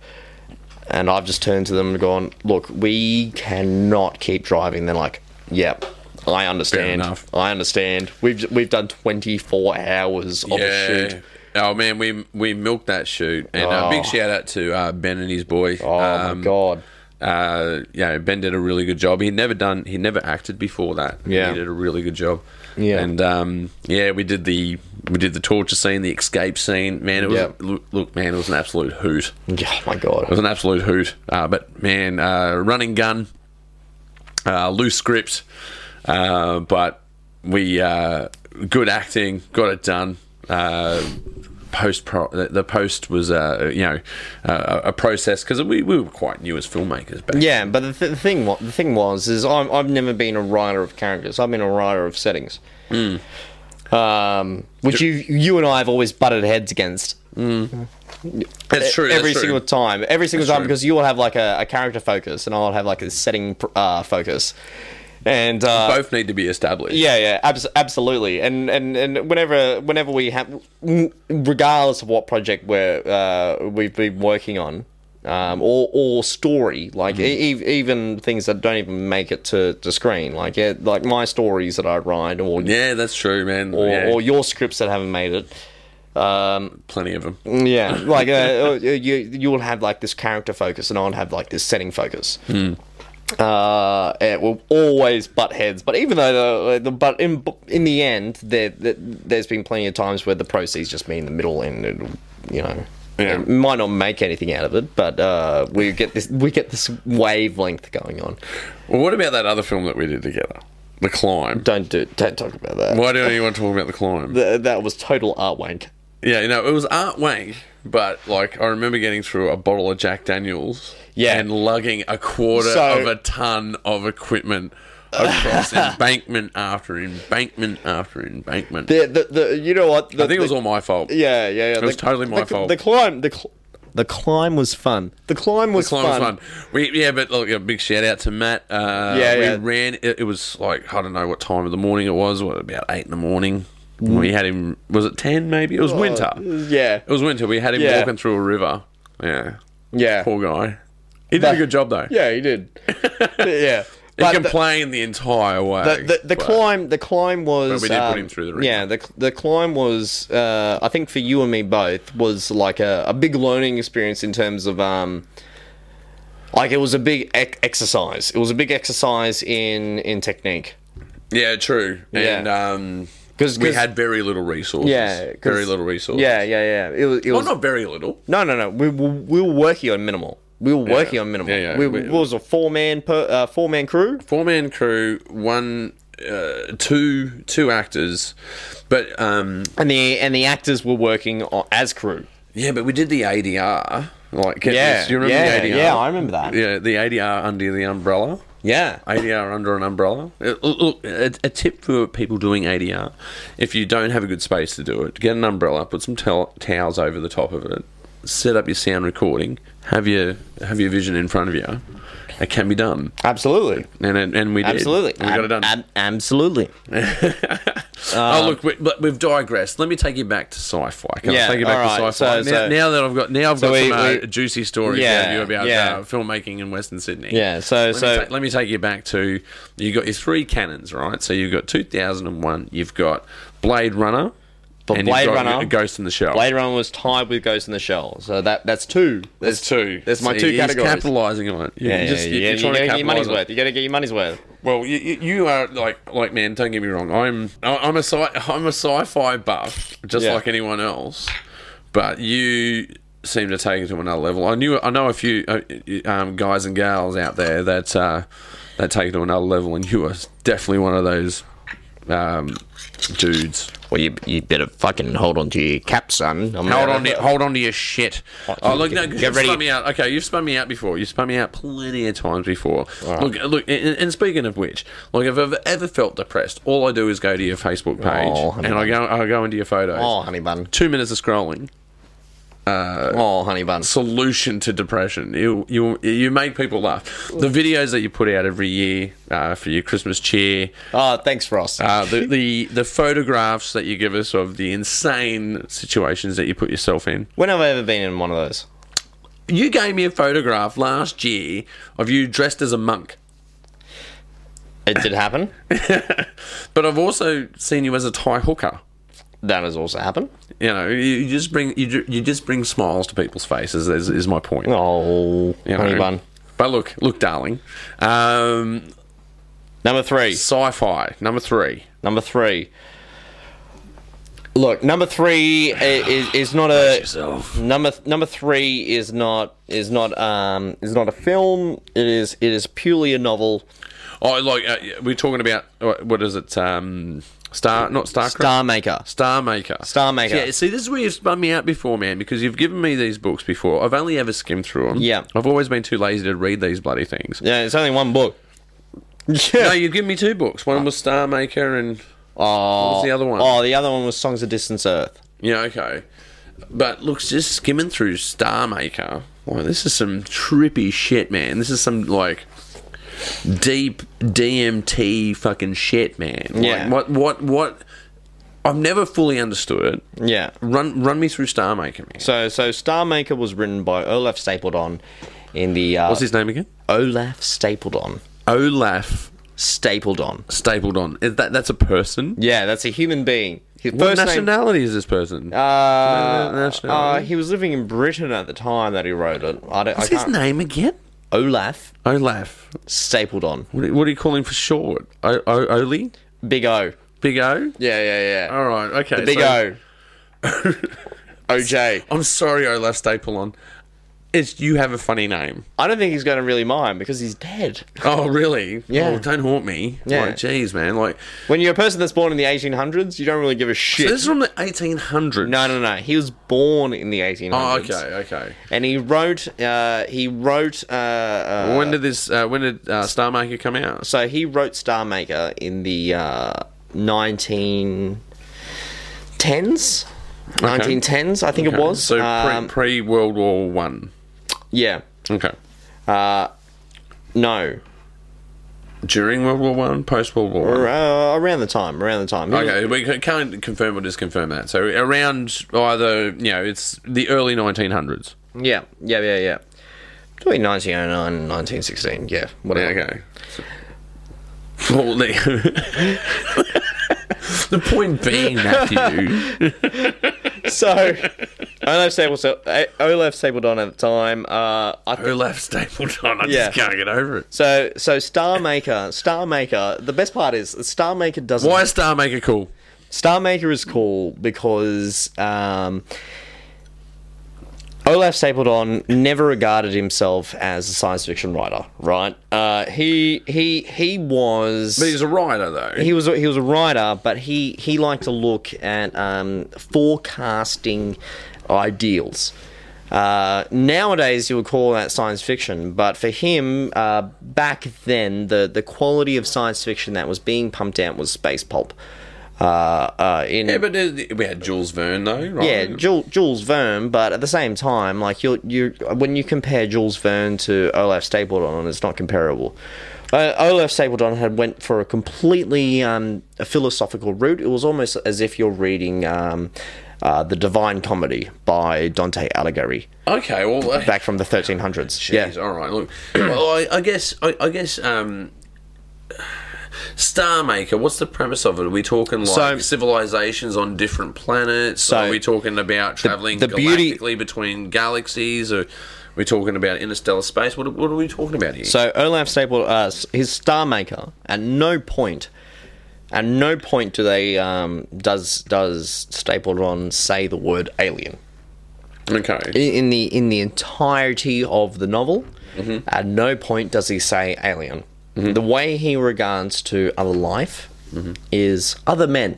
And I've just turned to them and gone, look, we cannot keep driving. They're like, yep, I understand.
enough.
I understand. We've we've done 24 hours of a shoot.
Oh man, we we milked that shoot, and a
Oh.
big shout out to uh, Ben and his boy.
Oh
Um,
my god.
Uh, yeah, Ben did a really good job. He'd never done, he'd never acted before that.
Yeah.
he did a really good job.
Yeah.
and um, yeah, we did the we did the torture scene, the escape scene. Man, it was
Yeah.
look, look, man, it was an absolute hoot.
Oh my
It was
god.
an absolute hoot. Uh, but man, uh, running gun, uh, loose script, uh, but we uh, good acting, got it done. Uh, Post pro, the, the post was uh, you know uh, a process because we, we were quite new as filmmakers back.
Yeah, but the, th- the thing wa- the thing was is I'm, I've never been a writer of characters. I've been a writer of settings.
Hmm.
Um, which you you and I have always butted heads against.
that's
e-
true.
Every
that's true.
single time, every single time,
true.
because you will have like a, a character focus, and I'll have like a setting pr- uh, focus, and uh,
both need to be established.
yeah, yeah, abs- absolutely. And and and whenever whenever we have, regardless of what project we're uh, we've been working on, um, or or story, like e- e- even things that don't even make it to, to screen, like yeah, like my stories that I write, or
yeah, that's true, man.
or,
yeah,
or your scripts that haven't made it. Um,
plenty of them.
yeah, like uh, uh, you you will have like this character focus, and I'll have like this setting focus.
Hmm.
Uh, it will always butt heads, but even though the, the but in in the end, there, there there's been plenty of times where the proceeds just be in the middle, and it'll, you know.
Yeah.
It might not make anything out of it, but uh, we get this we get this wavelength going on.
Well, what about that other film that we did together, The Climb?
Don't do don't talk about that.
Why don't anyone talk about The Climb?
Th- that was total art wank.
Yeah, you know, it was Art Wank, but like I remember getting through a bottle of Jack Daniels
Yeah.
and lugging a quarter
So-
of a ton of equipment across embankment after embankment after embankment.
The, the, the you know what? The,
I think it was all my fault.
Yeah, yeah, yeah. It
was totally my
the,
fault.
The climb, the cl- the climb was fun. The climb was,
The climb was
fun.
fun. We, yeah, but look, a big shout out to Matt. Uh,
Yeah,
we
yeah.
ran. It, it was like I don't know what time of the morning it was. What about eight in the morning? We had him. Was it ten? Maybe it was winter.
Yeah,
It was winter. We had him
Oh, Yeah.
walking through a river. Yeah,
yeah,
poor guy. He did a
That-
good job though.
yeah. He did. yeah,
He
but the,
complained the, entire way.
the, the, the
but-
climb, the climb
But
was.
we did put
um,
him through the ringer.
Yeah, the the climb was. Uh, I think for you and me both was like a, a big learning experience in terms of. Um, like it was a big ec- exercise. It was a big exercise in in technique.
Yeah, true. And
Yeah.
um,
'Cause-
we
'cause-
had very little resources.
Yeah, 'cause-
very little resources.
Yeah, yeah, yeah. It was. It
well,
was
not very little.
No, no, no. We, we, we were working on minimal. We were working on minimal.
Yeah, yeah.
We,
We-
it was a four man per uh, four man crew.
Four man crew, one, uh, two, two actors, but um,
And the and the actors were working on, as crew.
yeah, but we did the ADR. Like, get
Yeah,
this, do you remember
yeah,
the ADR?
yeah. I remember that. Yeah,
yeah, the ADR under the umbrella. ADR under an umbrella. Uh, Look, a, a tip for people doing ADR: if you don't have a good space to do it, get an umbrella, put some tel- towels over the top of it, set up your sound recording, have your have your vision in front of you. It can be done,
absolutely,
and and, and we did.
absolutely,
And we got it done.
Ab- ab- absolutely.
oh look, we, but we've digressed. Let me take you back to sci-fi. Can
Um, Yeah,
I take you back to
alright,
sci-fi?
so-
now,
so-
now that I've got now I've
So
got
we-
some uh,
we-
juicy stories
Yeah,
out of you about
yeah.
uh, filmmaking in Western Sydney.
Yeah, so-
let
so-
me ta- let me take you back to you got your three canons, right? So you've got 2001. You've got Blade Runner.
But
and
Blade
you've got
Runner-
Ghost in the Shell.
Blade Runner was tied with Ghost in the Shell, so that that's two.
There's two.
There's my
So
two
he's
categories.
Capitalising on it. You
yeah,
just-
yeah,
you-
yeah,
you're trying
you
to
gotta get your
capitalise
money's
on it.
worth. You got to get your money's worth.
Well, you, you you are like like man. Don't get me wrong. I'm I'm a sci I'm a sci-fi buff, just
Yeah.
like anyone else. But you seem to take it to another level. I knew I know a few uh, um, guys and gals out there that uh, that take it to another level, and you are definitely one of those um, dudes.
Well, you you better fucking hold on to your cap, son. I'm
Hold on, to, hold on to your shit. Oh, look, no,
get
you've
ready.
spun me out. Okay, you've spun me out before. You've spun me out plenty of times before. Look, look, and, and speaking of which, like if I've ever felt depressed, all I do is go to your Facebook page
Oh, honey
and I go, I go into your photos.
Oh, honey bun.
Two minutes of scrolling.
Oh, honey bun.
Solution to depression. You you you make people laugh. The videos that you put out every year uh, for your Christmas cheer,
Oh, thanks, Ross.
Uh, the, the the photographs that you give us of the insane situations that you put yourself in.
when have I ever been in one of those?
You gave me a photograph last year of you dressed as a monk,
It did happen.
but I've also seen you as a Thai hooker.
that has also happened.
You know, you, you just bring you, ju- you just bring smiles to people's faces. Is, is my point.
Oh,
you know.
honey bun.
But look, look, darling. Um,
Number three.
sci-fi number three.
Number three. Look, number three i- is, is not a
yourself.
number. Number three is not is not um is not a film. It is it is purely a novel.
Oh, like uh, we're talking about uh, what is it? Um, Star, not Starcraft.
Star Maker.
Star Maker.
Star Maker.
Yeah, see, this is where you've spun me out before, man, because you've given me these books before. I've only ever skimmed through them.
Yeah.
I've always been too lazy to read these bloody things.
Yeah, it's only one book.
No, you've given me two books. One was Star Maker, and
Oh,
was the other one?
Oh, the other one was Songs of Distant Earth.
yeah, okay. But look, just skimming through Star Maker. Wow, this is some trippy shit, man. This is some like deep DMT fucking shit, man. Like,
Yeah.
What? What? What? I've never fully understood it.
Yeah.
Run, run me through Star Maker, man.
So, so Star Maker was written by Olaf Stapledon in the uh,
What's his name again?
Olaf Stapledon.
Olaf
Stapledon.
stapled on. Is that that's a person?
Yeah, that's a human being. His
What
first name.
nationality is this person?
Uh, uh,
nationality?
he was living in Britain at the time that he wrote it. I don't.
What's
I
his
can't-
name again?
Olaf
Olaf.
Stapledon.
What do, what do you call him for short? O, o Oli?
Big O.
Big O?
Yeah, yeah, yeah.
All right, okay.
Big
so-
O. OJ.
I'm sorry, Olaf Staple on. It's you have a funny name.
I don't think he's going to really mind because he's dead.
Oh, really?
Yeah.
Oh, don't haunt me.
Yeah.
Like, jeez, man. Like,
When you're a person that's born in the 1800s, you don't really give a shit.
this is from the 1800s.
No, no, no. He was born in the 1800s.
Oh, okay, okay.
And he wrote. Uh, he wrote. Uh, uh,
when did this? Uh, when did uh, Star Maker come out?
so he wrote Star Maker in the uh, 1910s. 1910s, I think it was.
So
Um,
pre World War One.
yeah. Uh,
Okay.
No.
During World War One, post World War One.
Uh, around the time. Around the time. He was-
Okay, we c- can't confirm or disconfirm that. So around either you know it's the early 1900s.
Yeah. Yeah. Yeah. Yeah. Between 1909 and 1916. Yeah. Whatever.
okay. Well, the, the point being, Matthew,
So, Olaf Stapledon, Olaf Stapledon at the time. Uh, I
Olaf Stapledon, I
Yeah.
just can't get over it.
So so Star Maker, Star Maker. The best part is Star Maker doesn't.
Why is Star Maker cool?
Star Maker is cool because um, Olaf Stapledon never regarded himself as a science fiction writer. Right? Uh, he he he was.
But he's a writer, though.
he was a, he was a writer, but he he liked to look at um, forecasting ideals. Uh, nowadays, you would call that science fiction, but for him, uh, back then, the the quality of science fiction that was being pumped out was space pulp. Uh, uh, in
yeah, but there's- we had Jules Verne, though, right?
yeah, Jules, Jules Verne, but at the same time, like you, you, when you compare Jules Verne to Olaf Stapledon, it's not comparable. Uh, Olaf Stapledon had went for a completely um, a philosophical route. It was almost as if you're reading um, uh, the Divine Comedy by Dante Alighieri
Okay, well, uh,
back from the 1300s.
Jeez,
yeah,
all right. Look, well, I, I guess, I, I guess, um, Star Maker. What's the premise of it? Are we talking like
So-
civilizations on different planets?
So-
are we talking about traveling
the beauty-
galactically between galaxies? Or are we talking about interstellar space? What, what are we talking about here?
So Olaf Staple, uh, s- his Star Maker, at no point, at no point do they um, does does Stapledon say the word alien
okay,
in, in the in the entirety of the novel. At no point does he say alien. The way he regards to other life is other men,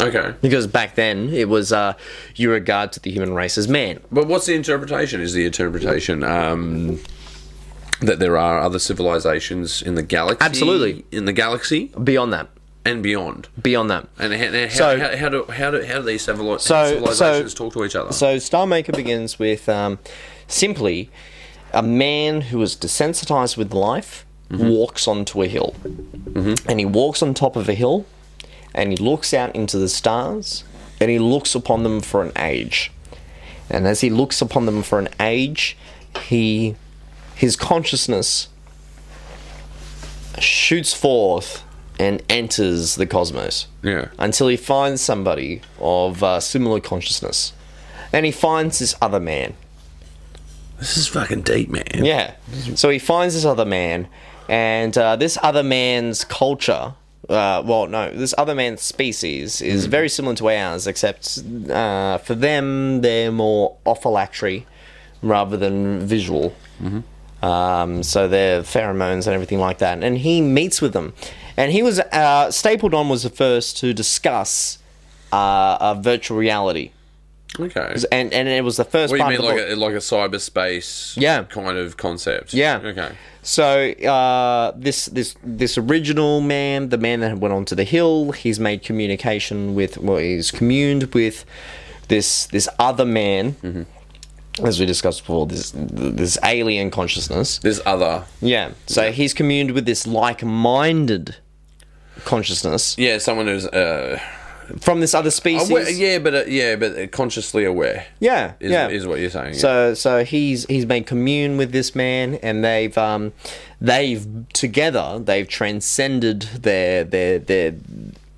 okay.
because back then it was uh, you regard to the human race as man.
But what's the interpretation? Is the interpretation um, that there are other civilizations in the galaxy?
Absolutely.
in the galaxy
Beyond that,
and beyond.
beyond that.
And how, and how,
So-
how, how do how do how do these civili-
So-
civilizations
so-
talk to each other?
So Star Maker begins with um, simply a man who is desensitized with life walks onto a hill, and he walks on top of a hill, and he looks out into the stars, and he looks upon them for an age, and as he looks upon them for an age, he his consciousness shoots forth and enters the cosmos
yeah.
until he finds somebody of uh, similar consciousness. And he finds this other man.
This is fucking deep, man.
Yeah. So he finds this other man, and uh, this other man's culture. Uh, well, no, this other man's species is
Hmm.
very similar to ours, except uh, for them, they're more olfactory rather than visual.
Mm-hmm.
Um, so they're pheromones and everything like that. And he meets with them. And he was, uh, Stapledon was the first to discuss uh, uh, virtual reality.
Okay.
And, and it was the first
What do you
part
mean,
of the
like
book.
a, like a cyberspace
Yeah.
kind of concept?
Yeah.
Okay.
So uh, this this this original man, the man that went onto the hill, he's made communication with, well, he's communed with this this other man,
Mm-hmm.
as we discussed before, this this alien consciousness.
This other.
Yeah. So he's communed with this like-minded consciousness
Yeah, someone who's. Uh,
from this other species.
aware, Oh, yeah, but uh, yeah, but uh, consciously aware.
yeah.
Is,
yeah.
is what you're saying. yeah.
So so he's he's made commune with this man, and they've um they've together they've transcended their their their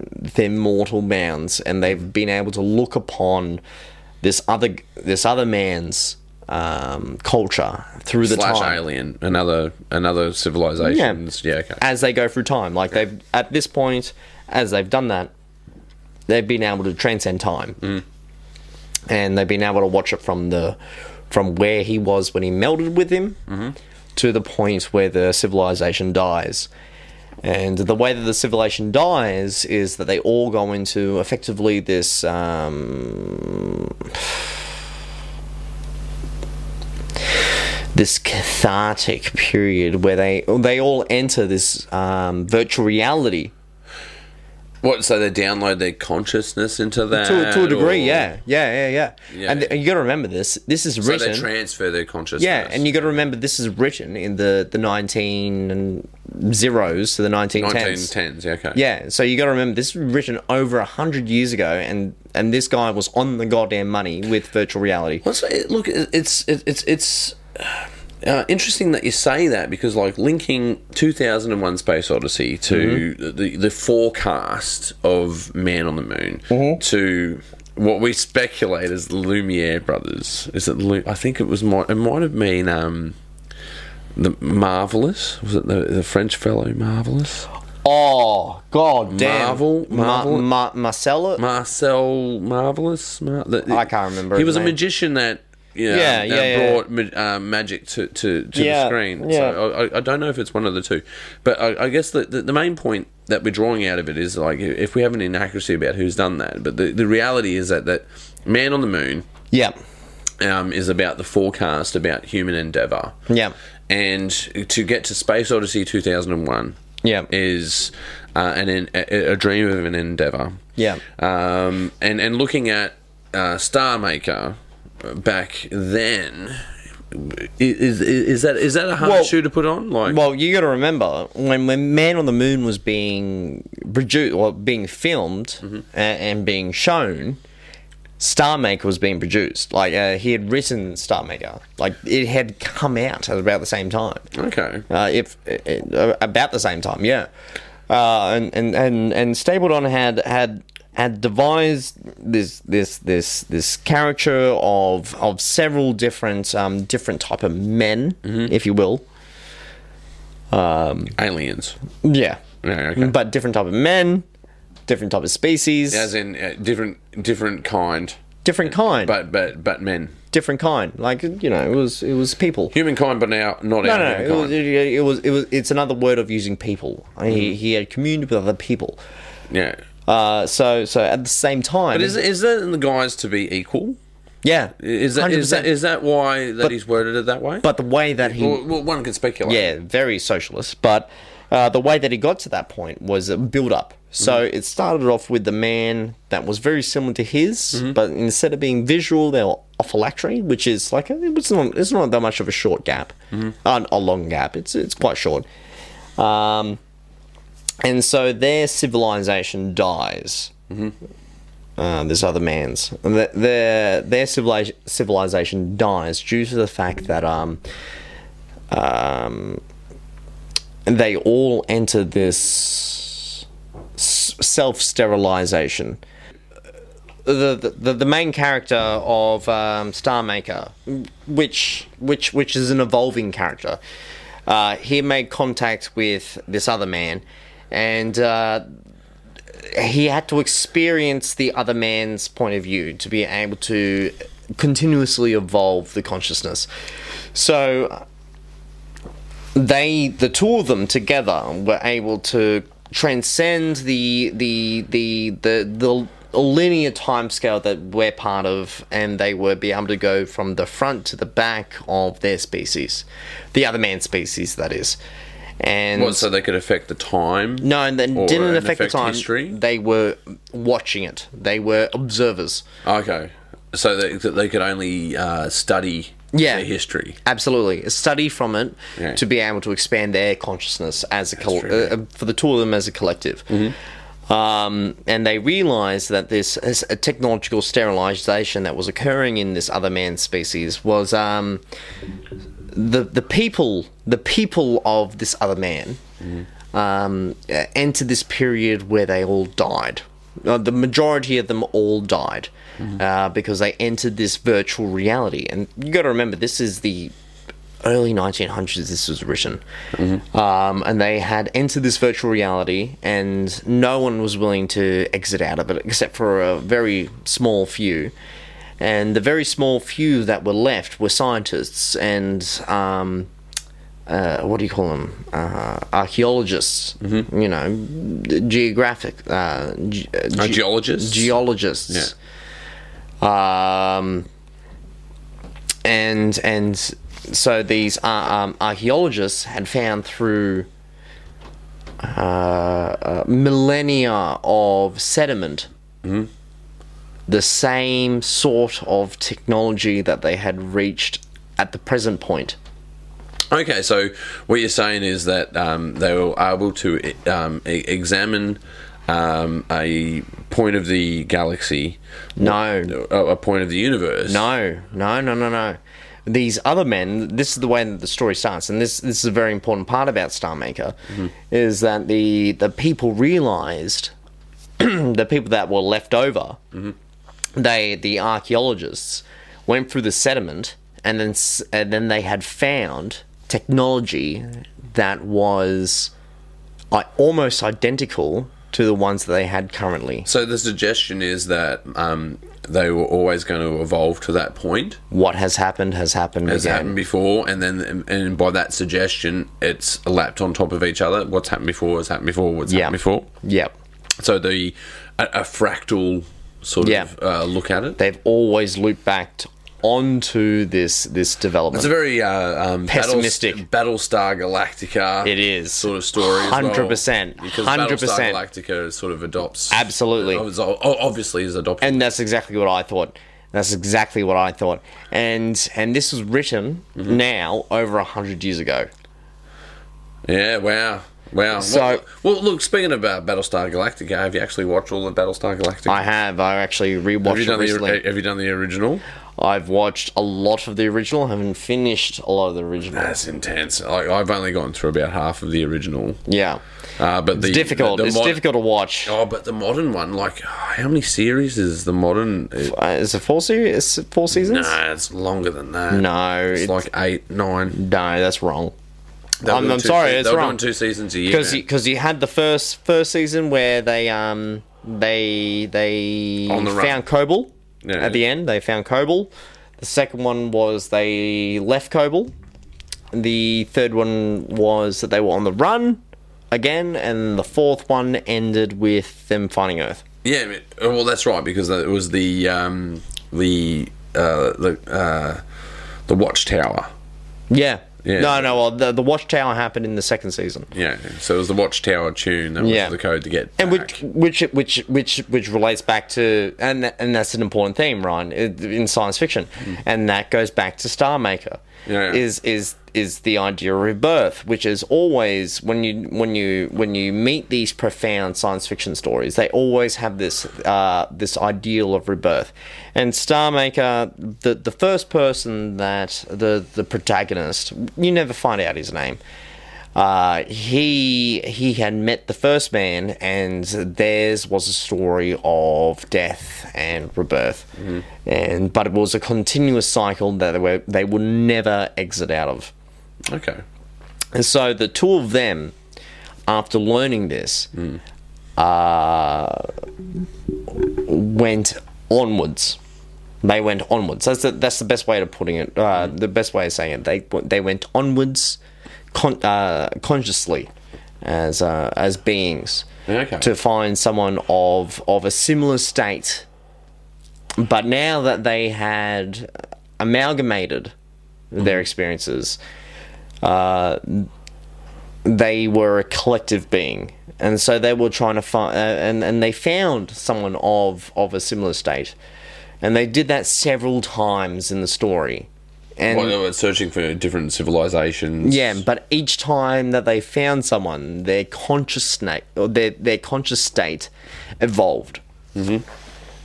their mortal bounds, and they've been able to look upon this other this other man's um culture through the
Slash
time
alien, another another civilization. Yeah. okay.
as they go through time. Like they've at this point, as they've done that, they've been able to transcend time, and they've been able to watch it from the from where he was when he melted with him to the point where the civilization dies. And the way that the civilization dies is that they all go into effectively this um, this cathartic period where they they all enter this um, virtual reality
What? So they download their consciousness into that
to, to a degree.
or-
Yeah, yeah, yeah, yeah.
Oh. Yeah.
And, th- and you got to remember this. This is
So
written.
they transfer their consciousness.
yeah, and you got to remember this is written in the the nineteen and zeros to the nineteen tens.
1910s. Yeah, okay.
Yeah, so you got to remember this was written over a hundred years ago, and and this guy was on the goddamn money with virtual reality.
Well, so it, look, it, it's it, it's it's uh, interesting that you say that because, like, linking 2001: Space Odyssey to the, the forecast of man on the moon to what we speculate as the Lumiere brothers. Is it? Lu- I think it was. mi- It might have been. Um, the marvelous was it the, the French fellow marvelous
Oh god damn!
Marvel- Marvel-
Ma- Ma- Marcella.
Marcel Marvelous. Mar- the- the-
I can't remember
He
his
was a
name.
magician that you know,
Yeah,
that
yeah, yeah.
brought Ma- uh, magic to, to, to
Yeah,
the screen.
yeah.
So I- I, I don't know if it's one of the two, but I, I guess the, the the main point that we're drawing out of it is like if we have an inaccuracy about who's done that, but the, the reality is that that man on the moon
yeah,
um, is about the forecast about human endeavor.
yeah,
And to get to Space Odyssey 2001
yeah,
is uh, an, en- a, a dream of an endeavor
yeah.
um, and and looking at uh, Star Maker back then is, is that is that a hard
Well-
shoe to put on? Like,
Well, you got to remember when, when Man on the Moon was being produced or being filmed a- and, being shown, Star Maker was being produced. Like uh, he had written Star Maker. Like it had come out at about the same time.
okay,
Uh, if uh, about the same time, yeah. Uh, and and and and Stapledon had had had devised this this this this caricature of of several different um different type of men, if you will.
aliens,
Yeah.
Yeah, okay.
But different type of men, different type of species,
as in uh, different different kind,
different kind,
but but but men,
different kind. Like you know, it was it was people.
humankind, but now not
No,
our
no, no. It
humankind.
was, it, it was it was it's another word of using people.
Mm-hmm.
He he had communed with other people.
yeah.
Uh, so so at the same time,
But is is that in the guise to be equal?
yeah,
Is that is that
100%.
is that why that he's worded it that way?
but the way that he
well, well, one can speculate.
yeah, very socialist. But uh, the way that he got to that point was a build up. So it started off with the man that was very similar to his, but instead of being visual, they were olfactory, which is like it's not it's not that much of a short gap, Uh, a long gap. It's it's quite short. Um, and so their civilization dies. Uh, this other man's their their, their civilization, civilization dies due to the fact that um, um, they all enter this self sterilization. The, the- the the main character of um, Star Maker, which which which is an evolving character, uh, he made contact with this other man, and uh, he had to experience the other man's point of view to be able to continuously evolve the consciousness. So they the two of them together were able to transcend the the the the, the linear time scale that we're part of and they were be able to go from the front to the back of their species the other man's species that is and
What, so they could affect the time.
no, and then
Or
didn't
an
affect the
effect
time.
history?
They were watching it. They were observers.
Okay. So they, that they could only uh, study
Yeah.
their history.
Absolutely, study from it
Yeah.
to be able to expand their consciousness as a col-
true. Mm-hmm.
uh, uh, for the two of them as a collective. Um, and they realized that this, this uh, technological sterilization that was occurring in this other man's species was um, the the people the people of this other man um, uh, entered this period where they all died. Uh, the majority of them all died uh, because they entered this virtual reality. And you got to remember, this is the early 1900s. This was written, um, and they had entered this virtual reality, and no one was willing to exit out of it except for a very small few. And the very small few that were left were scientists and um, uh, what do you call them? Uh, archeologists, you know, geographic, uh, ge- uh,
A
ge-
geologist?
geologists. Um, and and so these uh, um, archaeologists had found through uh, uh, millennia of sediment the same sort of technology that they had reached at the present point.
okay, so what you're saying is that um, they were able to e- um, e- examine um, a point of the galaxy,
No,
a a point of the universe.
No, no, no, no, no. These other men. This is the way that the story starts, and this this is a very important part about Star Maker,
Mm-hmm.
is that the the people realized, the people that were left over,
Mm-hmm.
they the archaeologists went through the sediment, and then s- and then they had found technology that was I almost identical to the ones that they had currently.
So the suggestion is that um, they were always going to evolve to that point,
What has happened has happened
as
again.
happened before, and then and by that suggestion, it's lapped on top of each other. What's happened before has happened before. What's
Yeah.
happened before.
Yep.
So the a, a fractal sort
Yeah.
of uh, look at it.
they've always looped back onto this this
It's a
development.
very uh, um,
Pessimistic.
Battle, Battlestar Galactica.
It is.
sort of story. Hundred
100%,
Because
100%.
Battlestar Galactica sort of adopts uh,
Absolutely.
Obviously, is adopted.
and that's exactly what I thought. That's exactly what I thought. And and this was written
Mm-hmm.
now over a hundred years ago.
Yeah, wow. Wow.
So-
well, well, look, speaking about Battlestar Galactica, have you actually watched all of Battlestar Galactica?
I have. I actually
have, you
rewatched it
done
recently.
the, have you done the original?
I've watched a lot of the original. Haven't finished a lot of the original.
That's intense. Like, I've only gone through about half of the original.
Yeah,
Uh, but the,
difficult.
the- the
it's
mod-
difficult to watch.
Oh, but the modern one, like, how many series is the modern?
Uh, is it four series? Four seasons?
Nah, it's longer than that.
No,
it's,
it's-
like eight, nine.
No, that's wrong.
They were
I'm-
doing
I'm
two
sorry,
se-
it's
they were
wrong.
doing two seasons a year.
Because
man.
because you, had the first first season where they um they they
On the run.
found Kobol
Yeah.
at the end. They found Kobol. The second one was they left Kobol. The third one was that they were on the run again, and the fourth one ended with them finding Earth.
Yeah, I mean, oh, well, that's right because it was the um, the uh, the uh, the watchtower.
Yeah.
Yeah.
No, no. Well, the, the Watchtower happened in the second season.
Yeah, so it was the watchtower tune that was
Yeah.
the code to get.
and
back.
which which which which which relates back to and tha- and that's an important theme, Ryan, i- in science fiction, and that goes back to Star Maker.
Hmm. Yeah.
Is is is the idea of rebirth, which is always when you when you when you meet these profound science fiction stories, they always have this uh, this ideal of rebirth. And Star Maker, the the first person that the the protagonist, you never find out his name uh, he he had met the first man, and theirs was a story of death and rebirth, and but it was a continuous cycle that they were they would never exit out of.
okay,
And so the two of them, after learning this, uh, went onwards. They went onwards. That's the, that's the best way of putting it. Uh, The best way of saying it. They they went onwards, con- uh, consciously, as uh, as beings,
Okay.
to find someone of of a similar state. But now that they had amalgamated their experiences, uh, they were a collective being, and so they were trying to find, uh, and and they found someone of of a similar state, and they did that several times in the story, and
well, they were searching for different civilizations.
yeah, but each time that they found someone, their conscious state or their their conscious state evolved.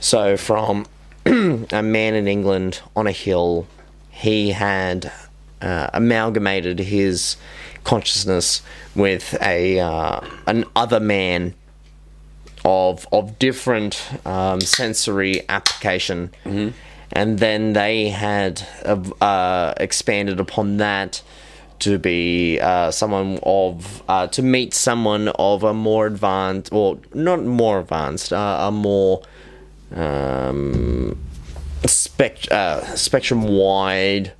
So from a man in England on a hill, he had uh, amalgamated his consciousness with a uh, an other man of of different um, sensory application, and then they had uh, uh, expanded upon that to be uh, someone of uh, to meet someone of a more advanced or not more advanced uh, a more um, spect- uh, spectrum wide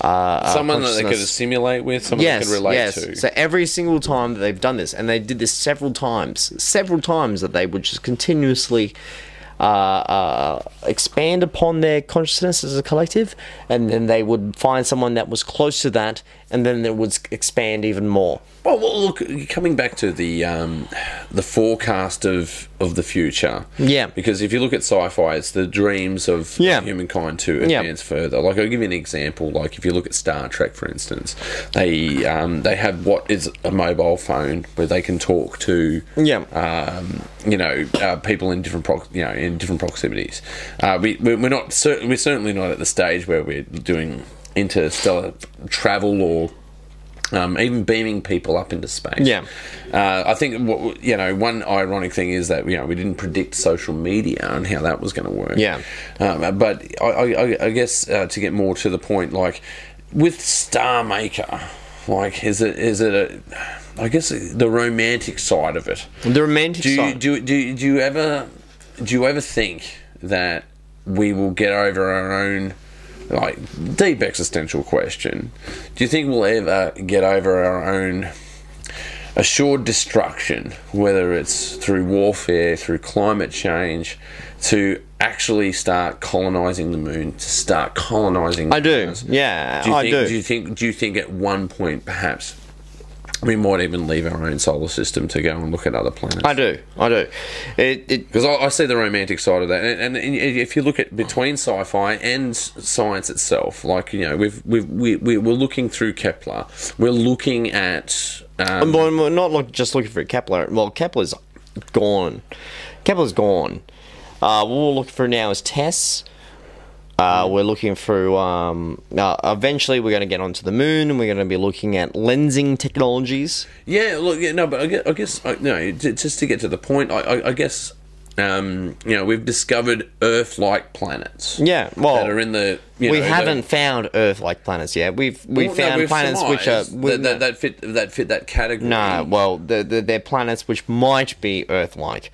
someone that they could
uh, consciousness.
assimilate with, someone they could relate to.
So every single time that they've done this, and they did this several times, several times that they would just continuously uh, uh, expand upon their consciousness as a collective, and then they would find someone that was close to that, and then it would s- expand even more.
Well, well, look, coming back to the um, the forecast of of the future.
Yeah.
Because if you look at sci-fi, it's the dreams of
Yeah.
humankind to
Yeah.
advance further. Like I'll give you an example. Like if you look at Star Trek, for instance, they um, they have what is a mobile phone where they can talk to
Yeah.
um, you know, uh, people in different prox- you know in different proximities. Uh, we we're we're not cer- we're certainly not at the stage where we're doing interstellar travel or um, even beaming people up into space.
Yeah.
uh, I think what, you know one ironic thing is that you know we didn't predict social media and how that was going to work.
Yeah.
um, but I, I, I- I guess uh, to get more to the point, like with Star Maker. Like, is it is it a? I guess the romantic side of it
The romantic
do you,
side.
do, do, do you ever do you ever think that we will get over our own like deep existential question do you think we'll ever get over our own assured destruction whether it's through warfare through climate change to actually start colonizing the moon to start colonizing
I do.
Mars?
Yeah,
do you
I
think,
do.
do you think do you think at one point perhaps We might even leave our own solar system to go and look at other planets.
I do. I do. It, it,
Because I, I see the romantic side of that, and, and if you look at between sci-fi and s- science itself, like you know, we've, we've we, we- we're looking through Kepler, we're looking at um,
Well, we're not look, just looking for Kepler. Well, Kepler's gone. Kepler's gone. Uh, what we're looking for now is Tess. Uh, we're looking through. Um, uh, eventually, we're going to get onto the moon, and we're going to be looking at lensing technologies.
yeah, look, yeah, no, but I guess, I guess I, no, j- just to get to the point, I, I, I guess um, you know we've discovered Earth-like planets.
Yeah, well,
that are in the you
we
know, the-
haven't found Earth-like planets yet. We've we've
Well, no,
found
we've
planets which are
surmised
we-
that, that, that fit that fit that category.
no, well, the, the, they're planets which might be Earth-like.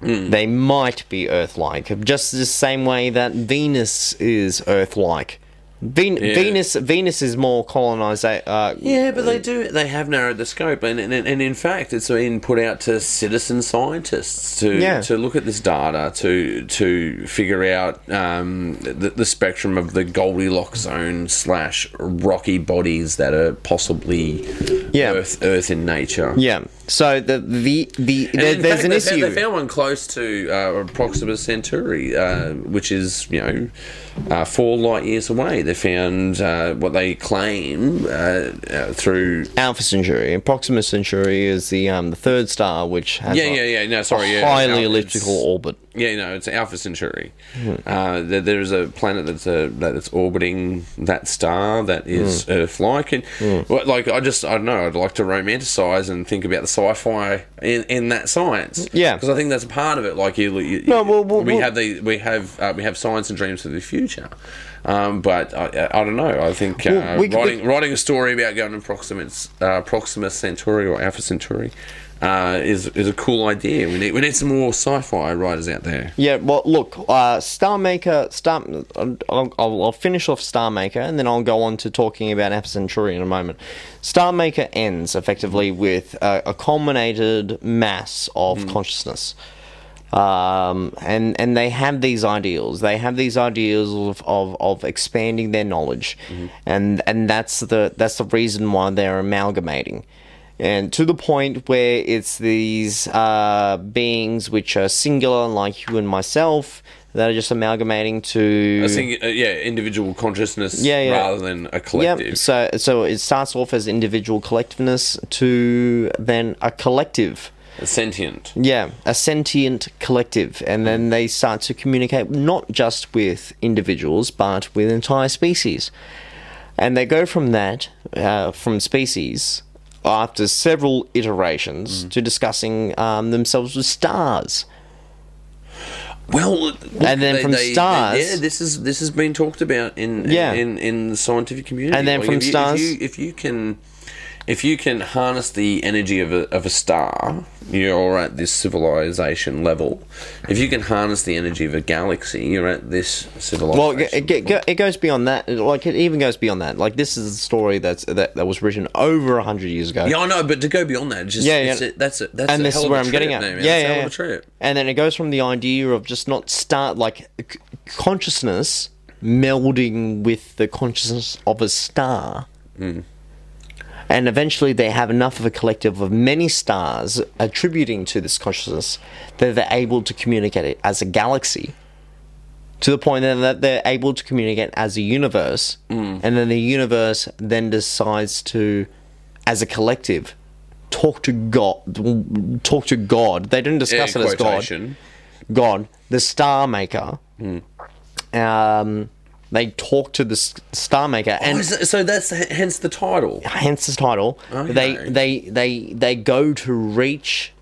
Hmm.
They might be Earth-like, just the same way that Venus is Earth-like. Ven- Venus Venus is more colonized. Uh,
Yeah, but they do. They have narrowed the scope, and and, and in fact, it's been put out to citizen scientists to
Yeah.
to look at this data to to figure out um, the, the spectrum of the Goldilocks zone slash rocky bodies that are possibly
Yeah.
Earth Earth in nature.
yeah. So the the the
And
there,
in
there's
fact,
an
they,
issue.
Found, they found one close to uh, Proxima Centauri, uh, which is you know uh, four light years away. They found uh, what they claim uh, uh, through
Alpha Centauri and Proxima Centauri is the um the third star which has
Yeah,
a
yeah, yeah. No, sorry. Yeah,
highly
no, it's-
elliptical orbit.
Yeah, no, it's Alpha Centauri. Uh, there, there is a planet that's a, that- that's orbiting that star that is
Hmm.
Earth-like, and well, like I just I don't know. I'd like to romanticize and think about the sci-fi in, in that science.
Yeah.
because I think that's a part of it. Like you, you
No, well, well,
we
well-
have the we have uh, we have science and dreams for the future. Um, but I, I I don't know. I think uh,
Well, we could-
writing writing a story about going to Proxima, uh, Proxima Centauri or Alpha Centauri uh, is is a cool idea. We need we need some more sci-fi writers out there.
Yeah, well, look, uh, Star Maker. Star, I'll, I'll, I'll finish off Star Maker, and then I'll go on to talking about Alpha Centauri in a moment. Star Maker ends effectively with a, a culminated mass of consciousness, um, and and they have these ideals. They have these ideals of, of, of expanding their knowledge, and and that's the that's the reason why they're amalgamating and to the point where it's these uh, beings which are singular, like you and myself, that are just amalgamating to.
I think uh, yeah, individual consciousness
Yeah, yeah.
rather than a collective.
Yep. So, so it starts off as individual collectiveness to then a collective.
Sentient.
Yeah, a sentient collective, and then they start to communicate not just with individuals but with entire species, and they go from that uh, from species after several iterations to discussing um, themselves with stars.
Well, look,
And then from stars-
yeah, this is this has been talked about in
Yeah.
in, in the scientific community.
And then from
if you,
stars-
if you, if you can, if you can harness the energy of a, of a star, you're at this civilization level. If you can harness the energy of a galaxy, you're at this civilization.
Well, it, it, it, go- it goes beyond that. It- Like it even goes beyond that. Like this is a story that's that, that was written over a hundred years ago.
yeah, I know, but to go beyond that, it's just
Yeah,
yeah,
yeah.
It's a, that's a, that's a
and this
hell
is
of
where
a
I'm
trip,
getting at.
though, man.
Yeah,
It's a
yeah,
hell
yeah.
of a trip.
And then it goes from the idea of just not start like c- consciousness melding with the consciousness of a star.
Hmm.
And eventually, they have enough of a collective of many stars attributing to this consciousness that they're able to communicate it as a galaxy. To the point that- that they're able to communicate as a universe, and then the universe then decides to, as a collective, talk to God. Talk to God. They didn't discuss
Yeah,
it as God.
quotation.
God, the Star Maker. Um, they talk to the S- Star Maker, and
Oh, so so that's h- hence the title.
hence the title. They
Okay.
they they they go to reach,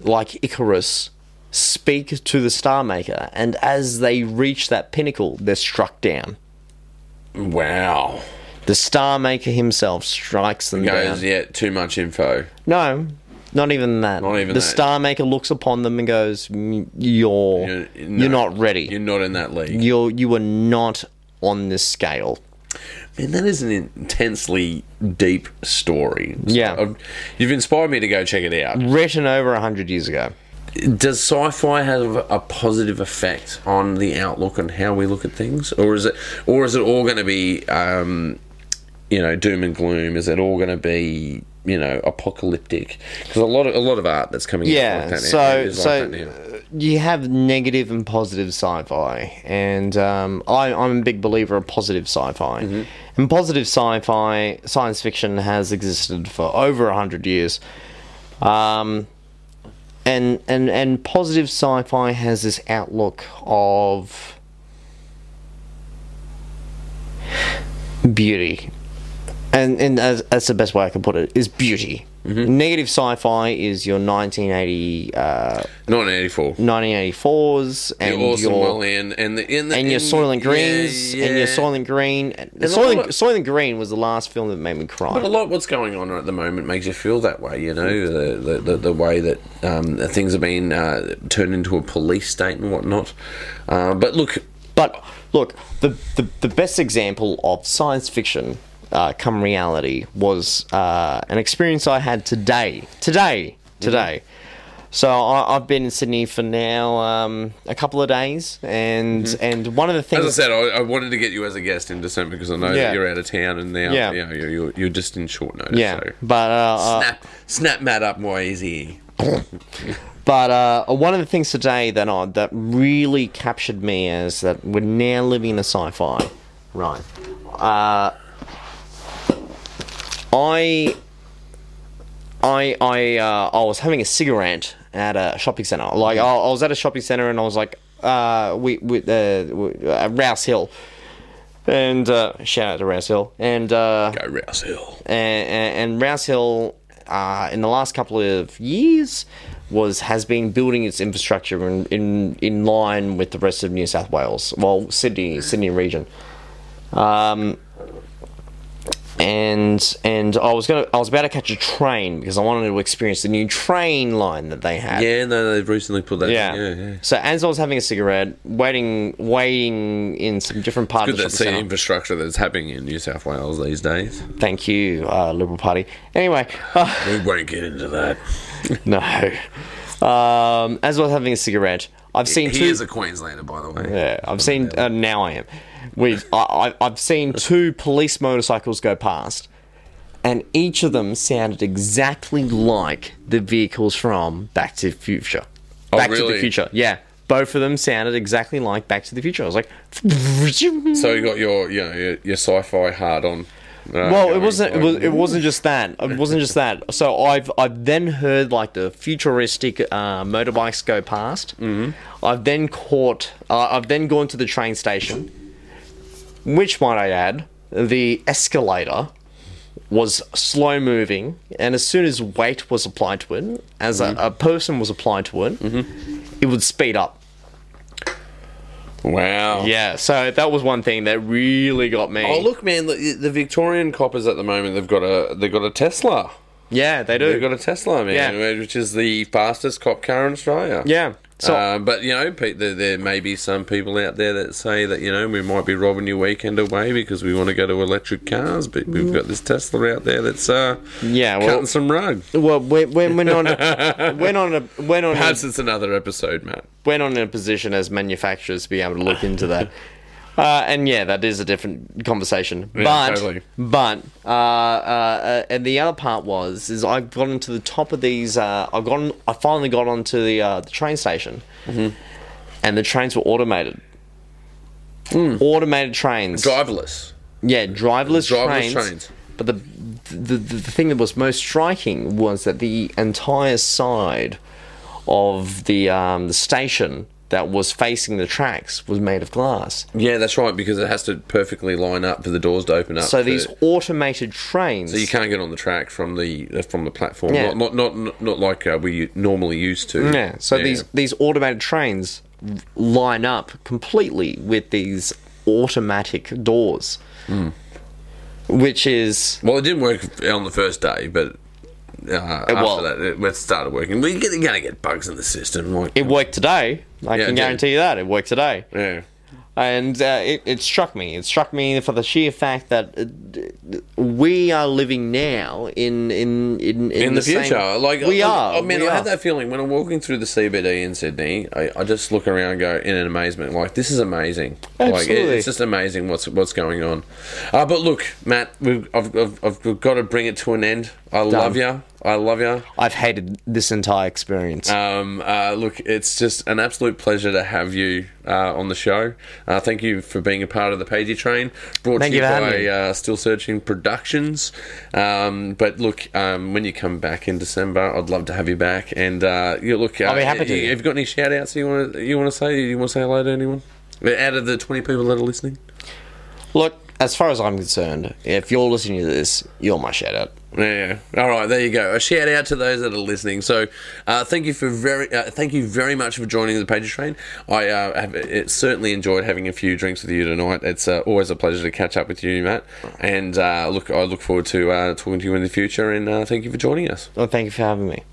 like Icarus, speak to the Star Maker, and as they reach that pinnacle, they're struck down.
Wow.
The Star Maker himself strikes them
Goes
down.
yeah, too much info.
No, not even that.
Not even
the
that.
Star Maker looks upon them and goes, "Mm, "You're
You're-
you're,
no,
not ready.
You're not in that league.
you're you are not on this scale."
Man, that is an intensely deep story. So
Yeah.
I've- you've inspired me to go check it out.
Written over a hundred years ago.
Does sci-fi have a positive effect on the outlook and how we look at things, or is it, or is it all going to be, um, you know, doom and gloom? Is it all going to be you know apocalyptic because a lot of a lot of art that's coming
Yeah,
out like that now
so
is
so
like that now.
uh, you have negative and positive sci-fi, and um, I, I'm a big believer of positive sci-fi.
Mm-hmm.
And positive sci-fi, science fiction has existed for over hundred years, um, and and and positive sci-fi has this outlook of beauty and and as, that's the best way I can put it is beauty.
Mm-hmm.
Negative sci-fi is your 1980, uh,
1984
1984s and
and awesome
your
and and the, in the,
and your
in-
Soylent
yeah,
Greens and
yeah.
your Soylent Green.
a
Soylent,
lot of-
Soylent Green was the last film that made me
But a
cry.
lot of what's going on at the moment makes you feel that way, you know, the the, the, the way that um, that things have been uh, turned into a police state and whatnot. Uh, but look,
But look, the the, the best example of science fiction. Uh, come reality was uh, an experience I had today. Today, today. So I, I've been in Sydney for now um, a couple of days, and and one of the things
as I said, I, I wanted to get you as a guest in December because I know
Yeah.
that you're out of town and now
Yeah.
you know, you're, you're, you're just in short notice.
Yeah,
So.
but uh, uh,
Snap, snap Matt up more easy.
but uh, one of the things today that I, that really captured me is that we're now living in a sci-fi, right? Uh, I I I uh, I was having a cigarette at a shopping center. Like I, I was at a shopping center and I was like, uh, we with uh, we- uh, Rouse Hill, and uh, shout out to Rouse Hill and. Uh,
Go Rouse Hill.
and, and, and Rouse Hill, uh, in the last couple of years, was has been building its infrastructure in, in in line with the rest of New South Wales, well Sydney Sydney region. Um, and and I was gonna I was about to catch a train because I wanted to experience the new train line that they had.
Yeah, no, they've recently put that.
Yeah.
yeah, yeah.
So as I was having a cigarette, waiting, waiting in some different part
Good
of the
that
shopping
see
centre.
infrastructure that's happening in New South Wales these days.
Thank you, uh, Liberal Party. Anyway, uh,
We won't get into that.
No. Um, as well as having a cigarette, I've seen
He
two.
is a Queenslander, by the way.
yeah, I've seen. Uh, now I am. We've. I, I, I've seen two police motorcycles go past, and each of them sounded exactly like the vehicles from Back to the Future. Back to
Oh, really?
the Future. Yeah, both of them sounded exactly like Back to the Future. I was like,
So you got your, you know, your, your sci-fi hard on. uh,
Well, it wasn't. It, was, it wasn't just that. It wasn't just that. So I've I've then heard like the futuristic uh, motorbikes go past. Mm-hmm. I've then caught. Uh, I've then gone to the train station, which might I add, the escalator was slow moving, and as soon as weight was applied to it, as a, a person was applied to it, it would speed up.
Wow.
Yeah. So that was one thing that really got me.
Oh look, man, the, the Victorian coppers at the moment they've got a they've got a Tesla.
yeah, they do.
They've got a Tesla, man,
Yeah.
which is the fastest cop car in Australia.
yeah. So.
Uh, but you know, Pete, there, there may be some people out there that say that you know we might be robbing your weekend away because we want to go to electric cars, but we've got this Tesla out there that's uh,
yeah, well,
cutting some rug.
Well, we're, we're, we're not we're not in a we're not in
Perhaps
a,
it's another episode, Matt.
we're not in a position as manufacturers to be able to look into that. Uh, and yeah, that is a different conversation. but
totally.
but uh, uh, uh, and the other part was is I got into the top of these. Uh, I got on, I finally got onto the uh, the train station,
Mm-hmm.
and the trains were automated.
Hmm.
Automated trains.
Driverless.
Yeah, driverless,
Driverless
trains.
trains.
But the, the the the thing that was most striking was that the entire side of the um, the station that was facing the tracks was made of glass.
Yeah, that's right, because it has to perfectly line up for the doors to open up.
So
for-
these automated trains.
So you can't get on the track from the uh, from the platform.
Yeah.
Not, not not not like uh, we u- normally used to.
yeah. So these these automated trains line up completely with these automatic doors,
Hmm.
which is
Well, it didn't work on the first day, but uh, after
well-
that, it, it started working. We're going to get bugs in the system. Like,
it worked today. I
Yeah, it
can
did.
guarantee you that it worked today.
yeah.
and uh, it, it struck me. It struck me for the sheer fact that uh, d- d- we are living now in in in, in,
In the,
same-
future, like
we
I,
are.
I mean,
we
I
are.
had that feeling when I'm walking through the CBD in Sydney. I, I just look around, and go in an amazement, like this is amazing. Like it,
Absolutely.
it's just amazing what's what's going on. Uh, but look, Matt, we've I've, I've, I've got to bring it to an end. I love you. I love you.
I've hated this entire experience.
Um, uh, look, it's just an absolute pleasure to have you uh, on the show. Uh, thank you for being a part of the Pagey Train. Brought
Thank
to you,
you for having
by
me.
uh, Still Searching Productions. Um, but look, um, when you come back in December, I'd love to have you back. And uh, you look, uh,
be happy to.
You, have you got any shout outs you want to you want to say? You want to say hello to anyone out of the twenty people that are listening?
Look, as far as I'm concerned, if you're listening to this, you're my shout out.
Yeah. yeah. All right. There you go. A shout out to those that are listening. So, uh, thank you for very, uh, thank you very much for joining the Pager Train. I uh, have it certainly enjoyed having a few drinks with you tonight. It's uh, always a pleasure to catch up with you, Matt. And uh, look, I look forward to uh, talking to you in the future. And uh, thank you for joining us.
Well, thank you for having me.